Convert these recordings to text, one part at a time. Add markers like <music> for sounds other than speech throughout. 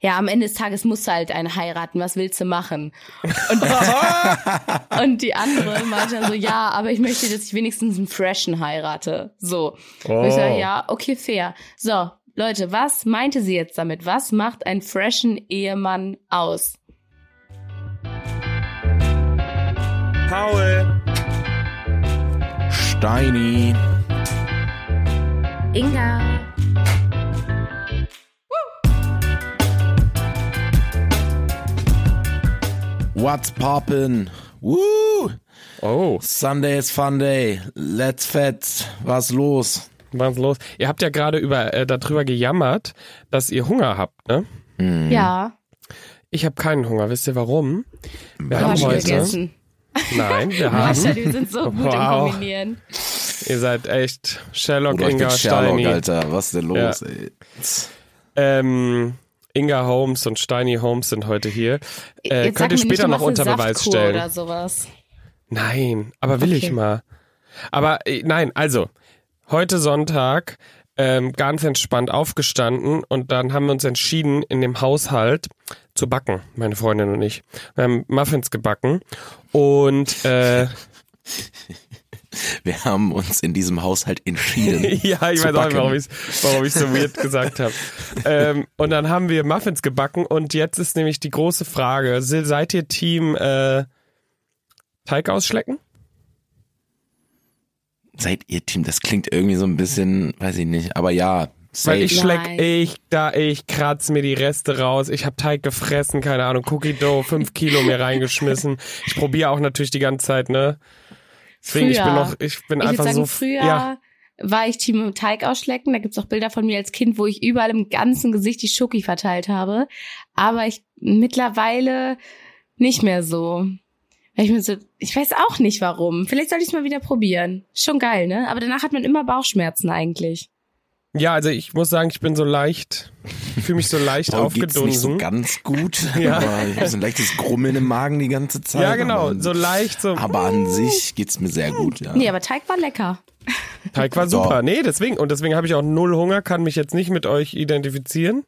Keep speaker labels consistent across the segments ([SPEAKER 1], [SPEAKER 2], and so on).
[SPEAKER 1] ja, am Ende des Tages musst du halt einen heiraten, was willst du machen? Und, <laughs> und die andere meinte dann so, ja, aber ich möchte, dass ich wenigstens einen Freshen heirate. So. Und ich
[SPEAKER 2] Oh.
[SPEAKER 1] sage, ja, okay, fair. So, Leute, was meinte sie jetzt damit? Was macht einen freshen Ehemann aus?
[SPEAKER 2] Paul.
[SPEAKER 3] Steini.
[SPEAKER 1] Inga.
[SPEAKER 3] What's poppin? Woo!
[SPEAKER 2] Oh,
[SPEAKER 3] Sunday's Fun Day. Let's fetz. Was los?
[SPEAKER 2] was ist los? Ihr habt ja gerade über äh, darüber gejammert, dass ihr Hunger habt, ne?
[SPEAKER 1] Ja,
[SPEAKER 2] Ich habe keinen Hunger. Wisst ihr warum? Wir ne?
[SPEAKER 1] du
[SPEAKER 2] haben
[SPEAKER 1] hast
[SPEAKER 2] heute.
[SPEAKER 1] vergessen. <laughs>
[SPEAKER 2] Nein, wir
[SPEAKER 1] Mascha,
[SPEAKER 2] haben.
[SPEAKER 1] wir sind so gut
[SPEAKER 2] Wow.
[SPEAKER 1] im Kombinieren.
[SPEAKER 2] ihr seid echt Sherlock,
[SPEAKER 3] Oder ich bin
[SPEAKER 2] Inga,
[SPEAKER 3] Sherlock,
[SPEAKER 2] Steini.
[SPEAKER 3] Alter. Was ist denn los, ey?
[SPEAKER 2] Ähm, Inga Holmes und Steini Holmes sind heute hier. Äh,
[SPEAKER 1] sag
[SPEAKER 2] könnt ihr
[SPEAKER 1] mir nicht,
[SPEAKER 2] später
[SPEAKER 1] du
[SPEAKER 2] noch
[SPEAKER 1] machst
[SPEAKER 2] unter
[SPEAKER 1] eine
[SPEAKER 2] Beweis
[SPEAKER 1] Saftkur
[SPEAKER 2] stellen.
[SPEAKER 1] Oder sowas.
[SPEAKER 2] Nein, aber will ich mal. Aber äh, nein, also, heute Sonntag ähm, ganz entspannt aufgestanden und dann haben wir uns entschieden, in dem Haushalt zu backen, meine Freundin und ich. Wir haben Muffins gebacken und äh, <laughs>
[SPEAKER 3] Wir haben uns in diesem Haushalt
[SPEAKER 2] <laughs>
[SPEAKER 3] entschieden.
[SPEAKER 2] ja, ich
[SPEAKER 3] zu
[SPEAKER 2] weiß auch nicht,
[SPEAKER 3] backen.
[SPEAKER 2] warum ich warum ich's so weird gesagt habe. Ähm, und dann haben wir Muffins gebacken und jetzt ist nämlich die große Frage, se- seid ihr Team äh, Teig ausschlecken?
[SPEAKER 3] Seid ihr Team? Das klingt irgendwie so ein bisschen, weiß ich nicht, aber ja.
[SPEAKER 2] Weil
[SPEAKER 3] Safe.
[SPEAKER 2] ich schleck,
[SPEAKER 1] Nein.
[SPEAKER 2] ich da, ich kratz mir die Reste raus. Ich hab Teig gefressen, keine Ahnung, Cookie Dough, fünf Kilo mir reingeschmissen. Ich probiere auch natürlich die ganze Zeit, ne? Deswegen, ich bin
[SPEAKER 1] Früher.
[SPEAKER 2] noch, ich bin
[SPEAKER 1] Ich würde
[SPEAKER 2] einfach
[SPEAKER 1] sagen,
[SPEAKER 2] so.
[SPEAKER 1] früher
[SPEAKER 2] Ja,
[SPEAKER 1] war ich Team Teig ausschlecken. Da gibt's auch Bilder von mir als Kind, wo ich überall im ganzen Gesicht die Schoki verteilt habe. Aber ich mittlerweile nicht mehr so. Weil ich mir so, ich weiß auch nicht warum. Vielleicht sollte ich es mal wieder probieren. Schon geil, ne? Aber danach hat man immer Bauchschmerzen eigentlich.
[SPEAKER 2] ja, also ich muss sagen, ich bin so leicht, fühle mich so leicht
[SPEAKER 3] Paul geht's
[SPEAKER 2] aufgedunsen.
[SPEAKER 3] nicht so ganz gut.
[SPEAKER 2] <laughs> Ja.
[SPEAKER 3] aber ich habe so ein leichtes Grummeln im Magen die ganze Zeit.
[SPEAKER 2] ja, genau,
[SPEAKER 3] Aber,
[SPEAKER 2] so leicht, so.
[SPEAKER 3] aber an sich geht's mir sehr gut. Ja.
[SPEAKER 1] Nee, aber Teig war lecker.
[SPEAKER 2] Teig war
[SPEAKER 3] So.
[SPEAKER 2] super. Nee, deswegen, und deswegen habe ich auch null Hunger, kann mich jetzt nicht mit euch identifizieren.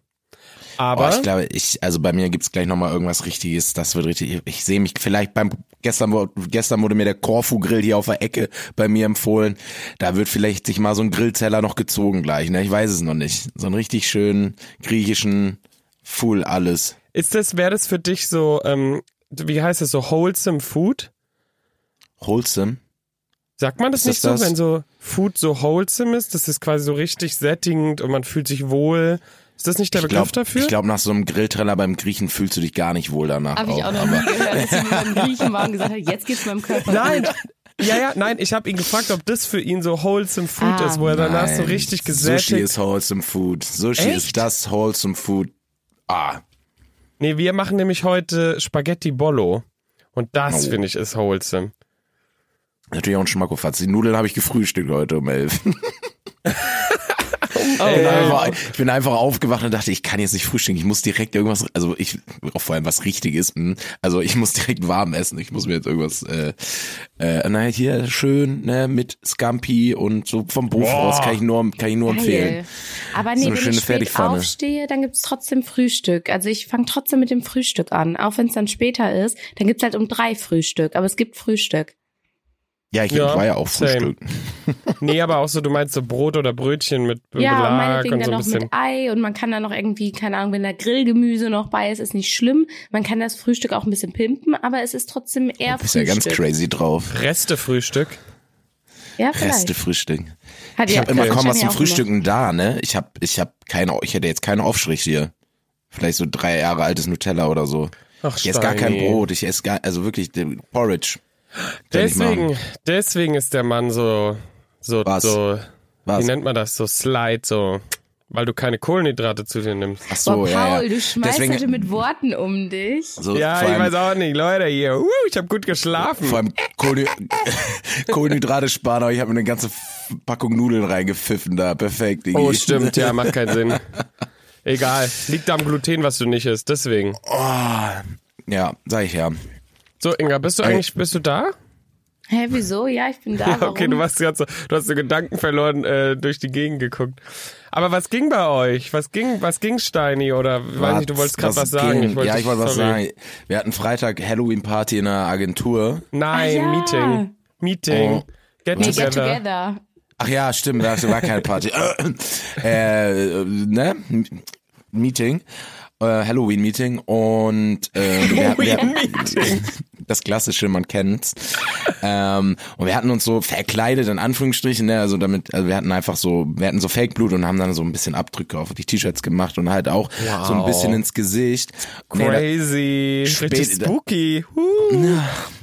[SPEAKER 3] Oh,
[SPEAKER 2] Aber
[SPEAKER 3] ich glaube, ich, also bei mir gibt's gleich nochmal irgendwas Richtiges. Das wird richtig. Ich sehe mich vielleicht beim gestern, wo- gestern wurde mir der Korfu-Grill hier auf der Ecke bei mir empfohlen. Da wird vielleicht sich mal so ein Grillzeller noch gezogen gleich. Ne? Ich weiß es noch nicht. So einen richtig schönen griechischen Full alles.
[SPEAKER 2] ist das, wäre das für dich so, ähm, wie heißt das, so wholesome food?
[SPEAKER 3] Wholesome.
[SPEAKER 2] Sagt man das
[SPEAKER 3] Ist
[SPEAKER 2] nicht
[SPEAKER 3] das
[SPEAKER 2] so,
[SPEAKER 3] das?
[SPEAKER 2] wenn so Food so wholesome ist, dass es quasi so richtig sättigend und man fühlt sich wohl? Ist das nicht der
[SPEAKER 3] Ich
[SPEAKER 2] Begriff
[SPEAKER 3] glaube,
[SPEAKER 2] dafür?
[SPEAKER 3] glaub, nach so einem Grillteller beim Griechen fühlst du dich gar nicht wohl danach.
[SPEAKER 1] Habe ich auch noch
[SPEAKER 3] aber-
[SPEAKER 1] nie gehört, dass ich beim Griechen war und gesagt habe, jetzt geht's meinem Körper.
[SPEAKER 2] <laughs> nein,
[SPEAKER 1] gut.
[SPEAKER 2] ja, ja, nein, ich habe ihn gefragt, ob das für ihn so wholesome Food
[SPEAKER 1] Ah.
[SPEAKER 2] ist, wo er danach so
[SPEAKER 3] Nein,
[SPEAKER 2] richtig
[SPEAKER 3] Sushi
[SPEAKER 2] gesättigt.
[SPEAKER 3] ist wholesome food. Sushi
[SPEAKER 2] Echt?
[SPEAKER 3] ist das wholesome food. Ah,
[SPEAKER 2] Nee, wir machen nämlich heute Spaghetti Bollo. Und das,
[SPEAKER 3] Oh.
[SPEAKER 2] finde ich, ist wholesome.
[SPEAKER 3] natürlich auch ein Schmackofatz. Die Nudeln habe ich gefrühstückt heute um elf.
[SPEAKER 2] Oh,
[SPEAKER 3] Ich bin
[SPEAKER 1] Äh.
[SPEAKER 2] nein.
[SPEAKER 3] einfach- ich bin einfach aufgewacht und dachte, ich kann jetzt nicht frühstücken. Ich muss direkt irgendwas, also ich, auch vor allem was Richtiges. hm. Also ich muss direkt warm essen. Ich muss mir jetzt irgendwas, äh, äh, naja, hier schön, ne, mit Scampi und so vom Buch
[SPEAKER 2] Boah.
[SPEAKER 3] aus kann ich nur, kann ich nur empfehlen.
[SPEAKER 1] Geil. Aber
[SPEAKER 3] So
[SPEAKER 1] nee,
[SPEAKER 3] eine
[SPEAKER 1] wenn
[SPEAKER 3] schöne
[SPEAKER 1] ich spät
[SPEAKER 3] Fertigpfanne.
[SPEAKER 1] aufstehe, dann gibt's trotzdem Frühstück. Also ich fange trotzdem mit dem Frühstück an. Auch wenn es dann später ist, dann gibt's halt um drei Frühstück. Aber es gibt Frühstück.
[SPEAKER 3] Ja, ich,
[SPEAKER 2] Ja,
[SPEAKER 3] war ja auch
[SPEAKER 2] same.
[SPEAKER 3] frühstücken.
[SPEAKER 2] Nee, aber auch so, du meinst so Brot oder Brötchen mit
[SPEAKER 1] Ja, und
[SPEAKER 2] Belag
[SPEAKER 1] meinetwegen
[SPEAKER 2] und
[SPEAKER 1] dann
[SPEAKER 2] so ein
[SPEAKER 1] noch
[SPEAKER 2] bisschen.
[SPEAKER 1] mit Ei und man kann dann noch irgendwie, keine Ahnung, wenn da Grillgemüse noch bei ist, ist nicht schlimm. Man kann das Frühstück auch ein bisschen pimpen, aber es ist trotzdem eher
[SPEAKER 3] Bist ja
[SPEAKER 1] Frühstück.
[SPEAKER 3] ganz crazy drauf.
[SPEAKER 2] Restefrühstück.
[SPEAKER 1] Ja,
[SPEAKER 3] Reste
[SPEAKER 1] vielleicht.
[SPEAKER 3] Frühstück.
[SPEAKER 1] Hat
[SPEAKER 3] Ich
[SPEAKER 1] ja-
[SPEAKER 3] habe immer
[SPEAKER 1] hat
[SPEAKER 3] kaum was
[SPEAKER 1] Jenny
[SPEAKER 3] zum
[SPEAKER 1] auch
[SPEAKER 3] Frühstücken da, ne? Ich habe ich hab keine, ich hätte jetzt keine Aufschrift hier. Vielleicht so drei Jahre altes Nutella oder so.
[SPEAKER 2] Ach,
[SPEAKER 3] Ich esse gar kein
[SPEAKER 2] Steini.
[SPEAKER 3] Brot, ich esse gar, also wirklich äh, Porridge. Kann ich machen.
[SPEAKER 2] Deswegen, deswegen ist der Mann so, so,
[SPEAKER 3] Was?
[SPEAKER 2] so,
[SPEAKER 3] Was?
[SPEAKER 2] wie nennt man das? So Slide, so, weil du keine Kohlenhydrate zu dir nimmst.
[SPEAKER 3] Ach so,
[SPEAKER 1] Boah, Paul,
[SPEAKER 3] ja, ja.
[SPEAKER 1] du schmeißt
[SPEAKER 3] Deswegen-
[SPEAKER 1] heute mit Worten um dich.
[SPEAKER 3] so,
[SPEAKER 2] ja,
[SPEAKER 3] vor
[SPEAKER 2] ich
[SPEAKER 3] allem,
[SPEAKER 2] weiß auch nicht, Leute hier. Uh, ich habe gut geschlafen.
[SPEAKER 3] Vor allem Kohlenhy <laughs> Kohlenhydrate sparen, aber ich habe mir eine ganze F- Packung Nudeln reingepfiffen da. Perfekt. Digi.
[SPEAKER 2] oh,
[SPEAKER 3] <laughs>
[SPEAKER 2] stimmt, ja, macht keinen Sinn. Egal, liegt am Gluten, was du nicht isst, deswegen.
[SPEAKER 3] Oh, Ja, sag ich ja.
[SPEAKER 2] So, Inga, bist du eigentlich, bist du da?
[SPEAKER 1] Hä,
[SPEAKER 3] <laughs>
[SPEAKER 2] <laughs>
[SPEAKER 1] wieso? Ja, ich bin da. Warum?
[SPEAKER 2] Okay, du warst gerade so, du hast so Gedanken verloren äh, durch die Gegend geguckt. Aber was ging bei euch? Was ging, was ging Steini? Oder weiß nicht, du wolltest gerade was sagen.
[SPEAKER 3] ging?
[SPEAKER 2] Ich wollte
[SPEAKER 3] ja, ich wollte was
[SPEAKER 2] sorry.
[SPEAKER 3] sagen. Wir hatten Freitag Halloween-Party in einer Agentur.
[SPEAKER 2] Nein,
[SPEAKER 1] Ah, ja.
[SPEAKER 2] Meeting. Meeting.
[SPEAKER 3] Oh.
[SPEAKER 2] Get,
[SPEAKER 1] Nee,
[SPEAKER 2] together.
[SPEAKER 1] get together.
[SPEAKER 3] Ach ja, stimmt, da war keine Party. äh, äh, ne? M- Meeting. Äh, Halloween-Meeting. Und äh, wir, <laughs> wir, das Klassische, man kennt's. Ähm, und wir hatten uns so verkleidet, in Anführungsstrichen, ne? also damit, also wir hatten einfach so, wir hatten so Fake-Blut und haben dann so ein bisschen Abdrücke auf die T-Shirts gemacht und halt auch so ein bisschen ins Gesicht. Nee, da-
[SPEAKER 2] Crazy.
[SPEAKER 3] Spät-
[SPEAKER 2] Richtig spooky. Huh.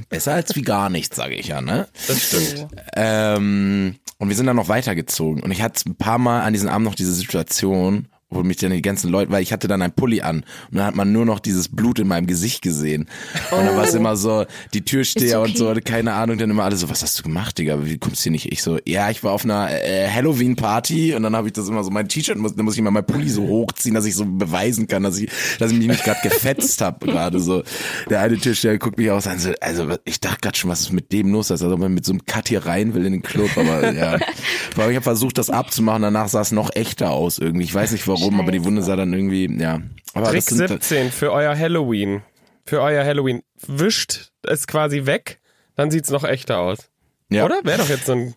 [SPEAKER 3] Besser als wie gar nichts, sage ich ja, ne?
[SPEAKER 2] Das stimmt.
[SPEAKER 3] Ähm, und wir sind dann noch weitergezogen. Und ich hatte ein paar Mal an diesem Abend noch diese Situation, wo mich dann die ganzen Leute, weil ich hatte dann einen Pulli an und dann hat man nur noch dieses Blut in meinem Gesicht gesehen. Und dann war es immer so, die Türsteher
[SPEAKER 1] Oh. Ist okay.
[SPEAKER 3] und so, keine Ahnung, dann immer alle so, was hast du gemacht, Digga? Wie kommst du hier nicht? Ich so, ja, ich war auf einer äh, Halloween-Party und dann habe ich das immer so, mein T-Shirt, muss, dann muss ich immer mein Pulli so hochziehen, dass ich so beweisen kann, dass ich, dass ich mich nicht gerade gefetzt habe gerade so. Der eine Tischsteher guckt mich auch an, so, also ich dachte gerade schon, was ist mit dem los? Also ob man mit so einem Cut hier rein will in den Club, aber ja. Vor allem, ich habe versucht, das abzumachen, danach sah es noch echter aus irgendwie. Ich weiß nicht warum, aber die Wunde sah dann irgendwie, ja. Aber
[SPEAKER 2] Trick
[SPEAKER 3] das sind, halt,
[SPEAKER 2] 17 für euer Halloween. Für euer Halloween. Wischt es quasi weg, dann sieht's noch echter aus.
[SPEAKER 3] ja.
[SPEAKER 2] Oder? Wäre doch jetzt so ein.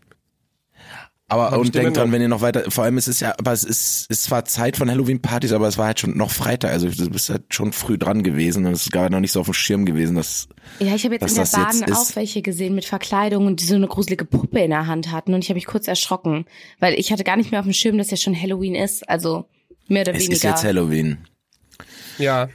[SPEAKER 3] Aber
[SPEAKER 2] Hab ich
[SPEAKER 3] und denkt dran,
[SPEAKER 2] gemerkt.
[SPEAKER 3] wenn ihr noch weiter, vor allem es ist ja, aber es ist, es war Zeit von Halloween-Partys, aber es war halt schon noch Freitag, also du bist halt schon früh dran gewesen und es war noch nicht so auf dem Schirm gewesen, dass,
[SPEAKER 1] Ja, ich habe jetzt
[SPEAKER 3] Dass
[SPEAKER 1] in der
[SPEAKER 3] das jetzt
[SPEAKER 1] Bahn
[SPEAKER 3] ist.
[SPEAKER 1] auch welche gesehen mit Verkleidung und die so eine gruselige Puppe in der Hand hatten und ich habe mich kurz erschrocken, weil ich hatte gar nicht mehr auf dem Schirm, dass ja schon Halloween ist, also mehr oder
[SPEAKER 3] es ist
[SPEAKER 1] weniger.
[SPEAKER 3] jetzt Halloween.
[SPEAKER 2] Ja.
[SPEAKER 3] Mhm.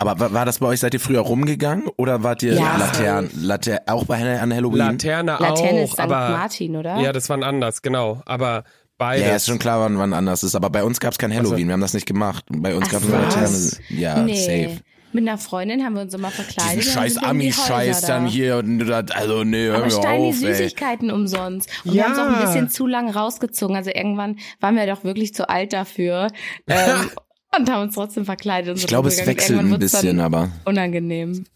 [SPEAKER 3] Aber wa- war das bei euch, seid ihr früher rumgegangen oder wart ihr
[SPEAKER 1] Ja.
[SPEAKER 3] Laternen, Laternen, auch bei Hall- an Halloween?
[SPEAKER 2] Laterne
[SPEAKER 1] Laterne
[SPEAKER 2] auch.
[SPEAKER 1] ist St.
[SPEAKER 2] aber,
[SPEAKER 1] Martin, oder?
[SPEAKER 2] Ja, das waren anders, genau. Aber
[SPEAKER 3] ja,
[SPEAKER 2] beides.
[SPEAKER 3] ja, ist schon klar, wann, wann anders ist, aber bei uns gab es kein Halloween, wir haben das nicht gemacht. Bei uns
[SPEAKER 1] Ach,
[SPEAKER 3] gab es eine
[SPEAKER 1] was?
[SPEAKER 3] Laterne, ja,
[SPEAKER 1] nee.
[SPEAKER 3] safe.
[SPEAKER 1] Mit einer Freundin haben wir uns immer verkleidet.
[SPEAKER 3] Diesen
[SPEAKER 1] und dann
[SPEAKER 3] scheiß
[SPEAKER 1] sind wir in die
[SPEAKER 3] Ami-Scheiß
[SPEAKER 1] Häuser
[SPEAKER 3] dann
[SPEAKER 1] da.
[SPEAKER 3] hier, und da- also nee, hör
[SPEAKER 1] Aber
[SPEAKER 3] mir
[SPEAKER 1] Steini
[SPEAKER 3] auf, ey.
[SPEAKER 1] Süßigkeiten umsonst. Und
[SPEAKER 2] Ja.
[SPEAKER 1] wir haben es auch ein bisschen zu lang rausgezogen. Also irgendwann waren wir doch wirklich zu alt
[SPEAKER 3] <laughs>
[SPEAKER 1] dafür. Ähm, und haben uns trotzdem verkleidet. Und
[SPEAKER 3] Ich glaube, es wechselt ein bisschen, aber.
[SPEAKER 1] Unangenehm.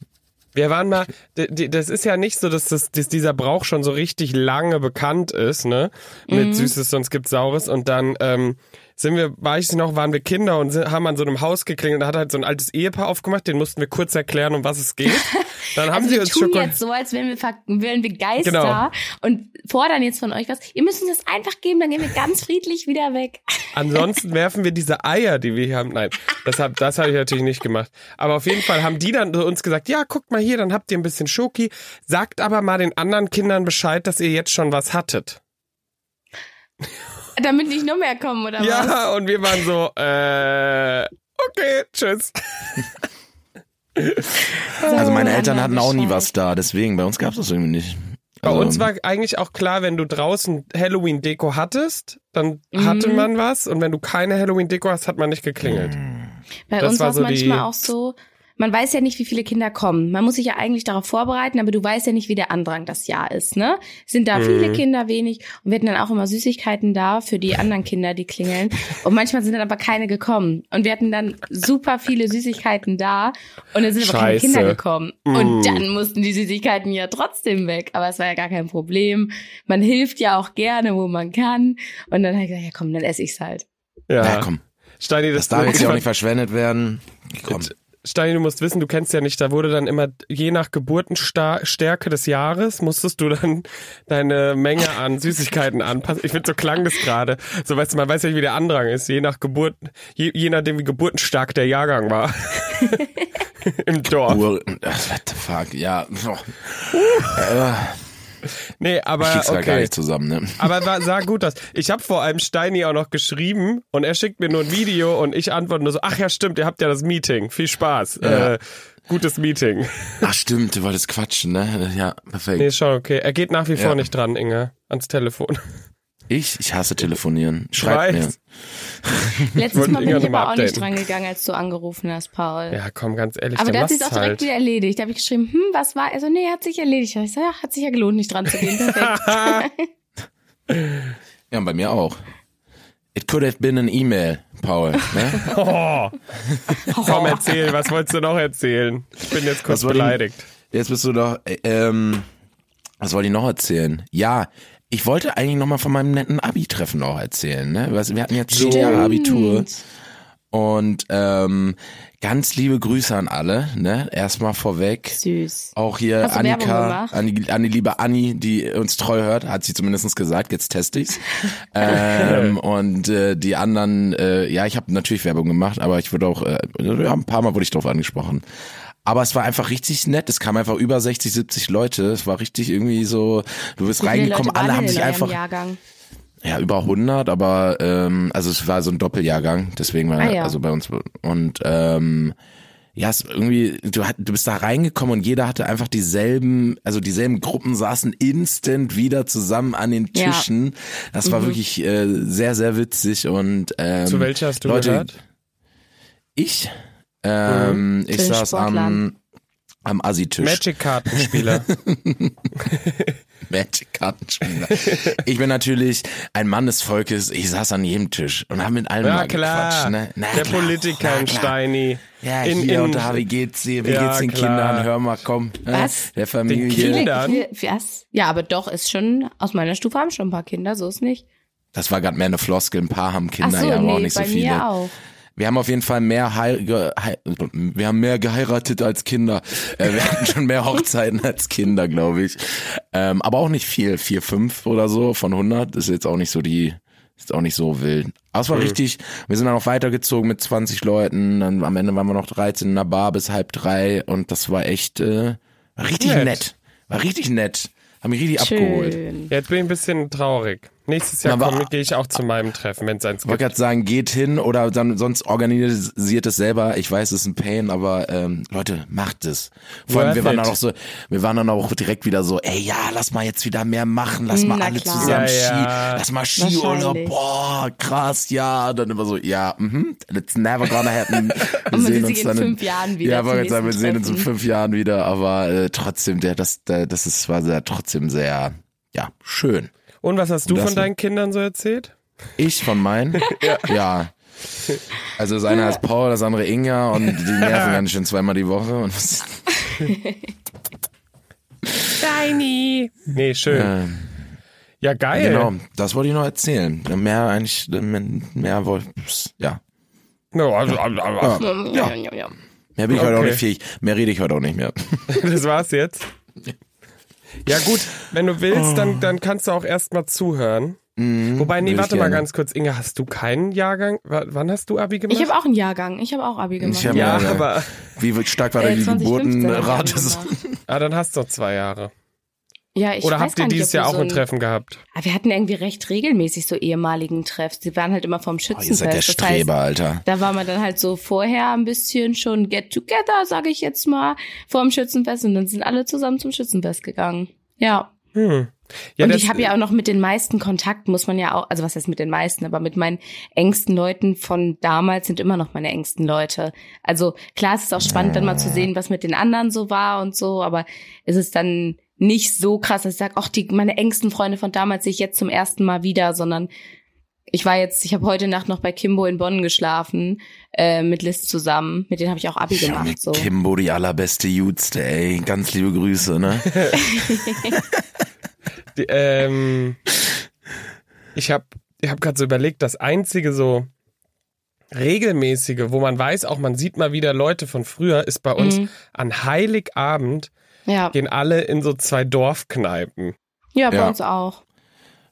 [SPEAKER 2] Wir waren mal, d- d- das ist ja nicht so, dass, das, dass dieser Brauch schon so richtig lange bekannt ist, ne? Mit
[SPEAKER 1] Mhm.
[SPEAKER 2] Süßes, sonst gibt's Saures. Und dann ähm, sind wir, war ich noch, waren wir Kinder und sind, haben an so einem Haus geklingelt. Da hat halt so ein altes Ehepaar aufgemacht, den mussten wir kurz erklären, um was es geht.
[SPEAKER 1] <laughs>
[SPEAKER 2] Dann haben
[SPEAKER 1] Also
[SPEAKER 2] sie
[SPEAKER 1] wir
[SPEAKER 2] uns
[SPEAKER 1] tun
[SPEAKER 2] Schoko-
[SPEAKER 1] jetzt so, als wären wir, ver- wären wir Geister
[SPEAKER 2] Genau.
[SPEAKER 1] und fordern jetzt von euch was. Ihr müsst uns das einfach geben, dann gehen wir ganz friedlich wieder weg. <laughs>
[SPEAKER 2] Ansonsten werfen wir diese Eier, die wir hier haben. Nein, das habe das hab ich natürlich nicht gemacht. Aber auf jeden Fall haben die dann zu uns gesagt, ja, guckt mal hier, dann habt ihr ein bisschen Schoki. Sagt aber mal den anderen Kindern Bescheid, dass ihr jetzt schon was hattet.
[SPEAKER 1] Damit nicht noch mehr kommen, oder was?
[SPEAKER 2] Ja, und wir waren so, äh, okay, tschüss.
[SPEAKER 3] Also
[SPEAKER 1] Sagen
[SPEAKER 3] meine Eltern
[SPEAKER 1] wir
[SPEAKER 3] hatten auch nie
[SPEAKER 1] Bescheid.
[SPEAKER 3] was da, deswegen, bei uns gab es das irgendwie nicht.
[SPEAKER 2] Bei
[SPEAKER 3] Also,
[SPEAKER 2] uns war eigentlich auch klar, wenn du draußen Halloween-Deko hattest, dann hatte man was. Und wenn du keine Halloween-Deko hast, hat man nicht geklingelt.
[SPEAKER 3] Mhm.
[SPEAKER 1] Bei
[SPEAKER 2] Das
[SPEAKER 1] uns
[SPEAKER 2] war
[SPEAKER 1] war es
[SPEAKER 2] so die-
[SPEAKER 1] manchmal auch so, man weiß ja nicht, wie viele Kinder kommen. Man muss sich ja eigentlich darauf vorbereiten, aber du weißt ja nicht, wie der Andrang das Jahr ist, ne? Sind da
[SPEAKER 2] Mhm.
[SPEAKER 1] viele Kinder wenig und wir hatten dann auch immer Süßigkeiten da für die anderen Kinder, die klingeln. Und manchmal sind dann aber keine gekommen. Und wir hatten dann super viele Süßigkeiten da und dann sind aber keine
[SPEAKER 2] Scheiße. Uh.
[SPEAKER 1] Kinder gekommen. Und dann mussten die Süßigkeiten ja trotzdem weg. Aber es war ja gar kein Problem. Man hilft ja auch gerne, wo man kann. Und dann habe ich gesagt, ja komm, dann esse ich's halt.
[SPEAKER 2] Ja,
[SPEAKER 3] Ja, komm.
[SPEAKER 2] Steini,
[SPEAKER 3] Das
[SPEAKER 2] das,
[SPEAKER 3] darf jetzt ja auch nicht verschwendet werden. Komm.
[SPEAKER 2] Steini, du musst wissen, du kennst ja nicht, da wurde dann immer, je nach Geburtenstärke des Jahres, musstest du dann <laughs> deine Menge an Süßigkeiten anpassen. Ich finde, so klang das gerade. So, weißt du, man weiß ja nicht, wie der Andrang ist, je nach Geburt, je, je nachdem, wie geburtenstark der Jahrgang war. Im Dorf.
[SPEAKER 3] Uhr, ach, what the fuck, ja. Oh,
[SPEAKER 2] Nee, aber
[SPEAKER 3] ich krieg's okay. gar
[SPEAKER 2] okay.
[SPEAKER 3] nicht zusammen, ne?
[SPEAKER 2] Aber war, sah gut aus. Ich habe vor allem Steini auch noch geschrieben und er schickt mir nur ein Video und ich antworte nur so, ach ja, stimmt, ihr habt ja das Meeting. Viel Spaß.
[SPEAKER 3] Ja.
[SPEAKER 2] Äh, gutes Meeting.
[SPEAKER 3] Ach stimmt, du wolltest quatschen, ne? Ja, perfekt.
[SPEAKER 2] Nee, ist schon okay. Er geht nach wie vor
[SPEAKER 3] Ja.
[SPEAKER 2] nicht dran, Inge, ans Telefon. <laughs>
[SPEAKER 3] Ich? Ich hasse telefonieren. Schreibt mir.
[SPEAKER 2] Weiß.
[SPEAKER 1] Letztes
[SPEAKER 2] Wollte
[SPEAKER 1] Mal bin
[SPEAKER 2] Inga
[SPEAKER 1] ich
[SPEAKER 2] nochmal
[SPEAKER 1] aber auch nicht
[SPEAKER 2] updaten.
[SPEAKER 1] dran gegangen, als du angerufen hast, Paul.
[SPEAKER 2] Ja, komm, ganz ehrlich,
[SPEAKER 1] aber
[SPEAKER 2] dann
[SPEAKER 1] da hat
[SPEAKER 2] lass
[SPEAKER 1] sich auch
[SPEAKER 2] es
[SPEAKER 1] direkt
[SPEAKER 2] halt.
[SPEAKER 1] wieder erledigt. Da habe ich geschrieben, hm, was war? Also nee, hat sich erledigt. Ich so, ja, hat sich ja gelohnt, nicht dran zu
[SPEAKER 3] <laughs>
[SPEAKER 1] gehen. Perfekt.
[SPEAKER 3] Ja, und bei mir auch. It could have been an email, Paul. Ne?
[SPEAKER 2] Oh. Komm, erzähl, was wolltest du noch erzählen? Ich bin jetzt kurz
[SPEAKER 3] Was wollte ich-
[SPEAKER 2] beleidigt.
[SPEAKER 3] Jetzt bist du doch. äh, Ähm, was wollte ich noch erzählen? Ja, Ich wollte eigentlich nochmal von meinem netten Abi-Treffen auch erzählen. Ne? Was- Wir hatten jetzt zehn Jahre Abitur. Und ähm, ganz liebe Grüße an alle. Ne? Erstmal vorweg.
[SPEAKER 1] Süß.
[SPEAKER 3] Auch hier
[SPEAKER 1] Hast du Werbung
[SPEAKER 3] Annika,
[SPEAKER 1] gemacht?
[SPEAKER 3] Anni, Anni, liebe Anni, die uns treu hört, hat sie zumindest gesagt, jetzt
[SPEAKER 1] <laughs>
[SPEAKER 3] teste ich's. ähm, und äh, die anderen, äh, ja, ich habe natürlich Werbung gemacht, aber ich wurde auch, äh, ja, ein paar Mal wurde ich drauf angesprochen. Aber es war einfach richtig nett. Es kamen einfach über 60, 70 Leute. Es war richtig irgendwie so, du bist
[SPEAKER 1] Wie viele Leute
[SPEAKER 3] reingekommen,
[SPEAKER 1] waren
[SPEAKER 3] alle
[SPEAKER 1] denn
[SPEAKER 3] haben
[SPEAKER 1] in
[SPEAKER 3] sich
[SPEAKER 1] eurem
[SPEAKER 3] einfach,
[SPEAKER 1] Jahrgang?
[SPEAKER 3] ja, über 100, aber ähm, also es war so ein Doppeljahrgang, deswegen war
[SPEAKER 1] Ah, ja.
[SPEAKER 3] also bei uns und ähm, ja, es irgendwie du hat, du bist da reingekommen und jeder hatte einfach dieselben, also dieselben Gruppen saßen instant wieder zusammen an den
[SPEAKER 1] Ja. Mhm.
[SPEAKER 3] Tischen. Das war wirklich äh, sehr sehr witzig und ähm,
[SPEAKER 2] Zu welcher hast du
[SPEAKER 3] Leute,
[SPEAKER 2] gehört?
[SPEAKER 3] Ich ähm,
[SPEAKER 1] Mhm.
[SPEAKER 3] ich
[SPEAKER 1] den
[SPEAKER 3] saß am
[SPEAKER 1] Sportlern.
[SPEAKER 3] am Assi-Tisch. <laughs>
[SPEAKER 2] Magic-Kartenspieler.
[SPEAKER 3] Magic-Kartenspieler. ich bin natürlich ein Mann des Volkes. Ich saß an jedem Tisch und habe mit allen
[SPEAKER 2] ja,
[SPEAKER 3] mal
[SPEAKER 2] klar.
[SPEAKER 3] gequatscht. Ne? Na
[SPEAKER 2] Der
[SPEAKER 3] klar,
[SPEAKER 2] Politiker
[SPEAKER 3] na
[SPEAKER 2] in
[SPEAKER 3] klar.
[SPEAKER 2] Steini.
[SPEAKER 3] Ja,
[SPEAKER 2] in,
[SPEAKER 3] hier
[SPEAKER 2] in,
[SPEAKER 3] und da, wie geht's dir? Wie
[SPEAKER 2] Ja,
[SPEAKER 3] geht's den
[SPEAKER 2] klar.
[SPEAKER 3] Kindern? Hör mal, komm. ne?
[SPEAKER 1] Was?
[SPEAKER 3] Der Familie.
[SPEAKER 2] Den Kindern?
[SPEAKER 1] Viele- Was? Ja, aber doch, ist schon, aus meiner Stufe haben schon ein paar Kinder, so ist nicht.
[SPEAKER 3] Das war gerade mehr eine Floskel. Ein paar haben
[SPEAKER 1] Ach
[SPEAKER 3] Kinder,
[SPEAKER 1] so,
[SPEAKER 3] ja, aber
[SPEAKER 1] nee,
[SPEAKER 3] auch nicht so
[SPEAKER 1] bei
[SPEAKER 3] viele.
[SPEAKER 1] mir auch.
[SPEAKER 3] Wir haben auf jeden Fall mehr hei ge- hei wir haben mehr geheiratet als Kinder. Äh, wir hatten schon mehr Hochzeiten als Kinder, glaube ich. Ähm, aber auch nicht viel, vier, fünf oder so von 100 ist jetzt auch nicht so die ist auch nicht so wild. Aber es war richtig, wir sind dann auch weitergezogen mit 20 Leuten, dann am Ende waren wir noch 13 in der Bar bis halb drei und das war echt äh, war richtig
[SPEAKER 2] Nett.
[SPEAKER 3] nett. War richtig nett. Haben mich richtig abgeholt.
[SPEAKER 1] Schön.
[SPEAKER 2] Jetzt bin ich ein bisschen traurig. Nächstes Jahr
[SPEAKER 3] Aber-
[SPEAKER 2] komm- gehe ich auch zu meinem Treffen, wenn es eins
[SPEAKER 3] Ich wollte
[SPEAKER 2] gibt.
[SPEAKER 3] gerade sagen, geht hin oder dann, sonst organisiert es selber. Ich weiß, es ist ein Pain, aber ähm, Leute, macht es. Vor allem,
[SPEAKER 2] Worth
[SPEAKER 3] wir waren dann
[SPEAKER 2] it.
[SPEAKER 3] auch so, wir waren dann auch direkt wieder so, ey ja, lass mal jetzt wieder mehr machen, lass mal
[SPEAKER 1] Hm, Na
[SPEAKER 3] alle
[SPEAKER 1] klar.
[SPEAKER 3] zusammen
[SPEAKER 2] Ja,
[SPEAKER 3] Ski,
[SPEAKER 2] ja.
[SPEAKER 3] lass mal Skiurlaub,
[SPEAKER 1] Wahrscheinlich.
[SPEAKER 3] boah, krass, ja. Und dann immer so, ja, mhm, it's never
[SPEAKER 1] <laughs>
[SPEAKER 3] gonna happen. Wir
[SPEAKER 1] man sieht sich in fünf Jahren wieder
[SPEAKER 3] Ja,
[SPEAKER 1] zum
[SPEAKER 3] wollte gerade sagen, wir
[SPEAKER 1] nächsten
[SPEAKER 3] sehen uns in
[SPEAKER 1] Treffen.
[SPEAKER 3] fünf Jahren wieder, aber äh, trotzdem, der, das, der, das ist, war sehr, trotzdem sehr, ja, schön.
[SPEAKER 2] Und was hast du
[SPEAKER 3] Das-
[SPEAKER 2] von deinen Kindern so erzählt?
[SPEAKER 3] Ich von
[SPEAKER 2] <laughs>
[SPEAKER 3] meinen? ja. Also das eine heißt Paul, das andere Inga und die nerven ganz schön zweimal die Woche. Und das,
[SPEAKER 2] Steini. Nee, schön.
[SPEAKER 3] Ähm,
[SPEAKER 2] ja, geil.
[SPEAKER 3] genau, das wollte ich noch erzählen. Mehr eigentlich, mehr wollte ja.
[SPEAKER 2] No, also, also, also,
[SPEAKER 1] Ja, ja, ja.
[SPEAKER 3] Mehr bin ich heute auch
[SPEAKER 2] Okay.
[SPEAKER 3] nicht fähig. Mehr rede ich heute auch nicht mehr.
[SPEAKER 2] Das war's jetzt. Oh. Ja gut, wenn du willst, dann, dann kannst du auch erstmal zuhören. Wobei, nee,
[SPEAKER 3] würd ich
[SPEAKER 2] warte mal
[SPEAKER 3] gerne.
[SPEAKER 2] ganz kurz. Inge, hast du keinen Jahrgang? Wa- Wann hast du Abi gemacht?
[SPEAKER 1] Ich habe auch einen Jahrgang, ich habe auch Abi gemacht.
[SPEAKER 3] Ich hab-
[SPEAKER 2] ja,
[SPEAKER 3] Ja,
[SPEAKER 2] aber
[SPEAKER 3] Wie stark war
[SPEAKER 1] Äh,
[SPEAKER 3] denn die
[SPEAKER 1] 2015 hab
[SPEAKER 3] <laughs>
[SPEAKER 1] ich
[SPEAKER 3] Geburtenrate?
[SPEAKER 1] Abi
[SPEAKER 3] so?
[SPEAKER 1] gemacht.
[SPEAKER 2] ah, dann hast du noch zwei Jahre.
[SPEAKER 1] Ja, ich
[SPEAKER 2] Oder
[SPEAKER 1] weiß
[SPEAKER 2] habt
[SPEAKER 1] gar
[SPEAKER 2] ihr
[SPEAKER 1] nicht,
[SPEAKER 2] dieses
[SPEAKER 1] ob wir
[SPEAKER 2] Jahr auch
[SPEAKER 1] so
[SPEAKER 2] ein
[SPEAKER 1] ein
[SPEAKER 2] Treffen gehabt?
[SPEAKER 1] Aber wir hatten irgendwie recht regelmäßig so ehemaligen Treffs. Die waren halt immer vom
[SPEAKER 3] Oh, ihr
[SPEAKER 1] Schützenfest.
[SPEAKER 3] seid der
[SPEAKER 1] das heißt,
[SPEAKER 3] Streber, Alter.
[SPEAKER 1] da war man dann halt so vorher ein bisschen schon get together, sage ich jetzt mal, vorm Schützenfest und dann sind alle zusammen zum Schützenfest gegangen. Ja.
[SPEAKER 2] Hm. Ja,
[SPEAKER 1] und
[SPEAKER 2] das-
[SPEAKER 1] ich habe ja auch noch mit den meisten Kontakt, muss man ja auch, also was heißt mit den meisten, aber mit meinen engsten Leuten von damals sind immer noch meine engsten Leute. Also klar, es ist auch spannend, dann mal zu sehen, was mit den anderen so war und so, aber es ist dann nicht so krass, dass ich sage, ach, die, meine engsten Freunde von damals sehe ich jetzt zum ersten Mal wieder, sondern ich war jetzt, ich habe heute Nacht noch bei Kimbo in Bonn geschlafen, äh, mit Liz zusammen. Mit denen habe ich auch Abi
[SPEAKER 3] Ja,
[SPEAKER 1] gemacht.
[SPEAKER 3] mit
[SPEAKER 1] So.
[SPEAKER 3] Kimbo, die allerbeste Jutste, ey. Ganz liebe Grüße, ne?
[SPEAKER 2] Die, ähm, ich habe ich hab gerade so überlegt, das einzige so regelmäßige, wo man weiß, auch man sieht mal wieder Leute von früher, ist bei uns
[SPEAKER 1] Mhm.
[SPEAKER 2] an Heiligabend
[SPEAKER 1] Ja.
[SPEAKER 2] gehen alle in so zwei Dorfkneipen.
[SPEAKER 1] ja, bei
[SPEAKER 3] Ja.
[SPEAKER 1] uns auch.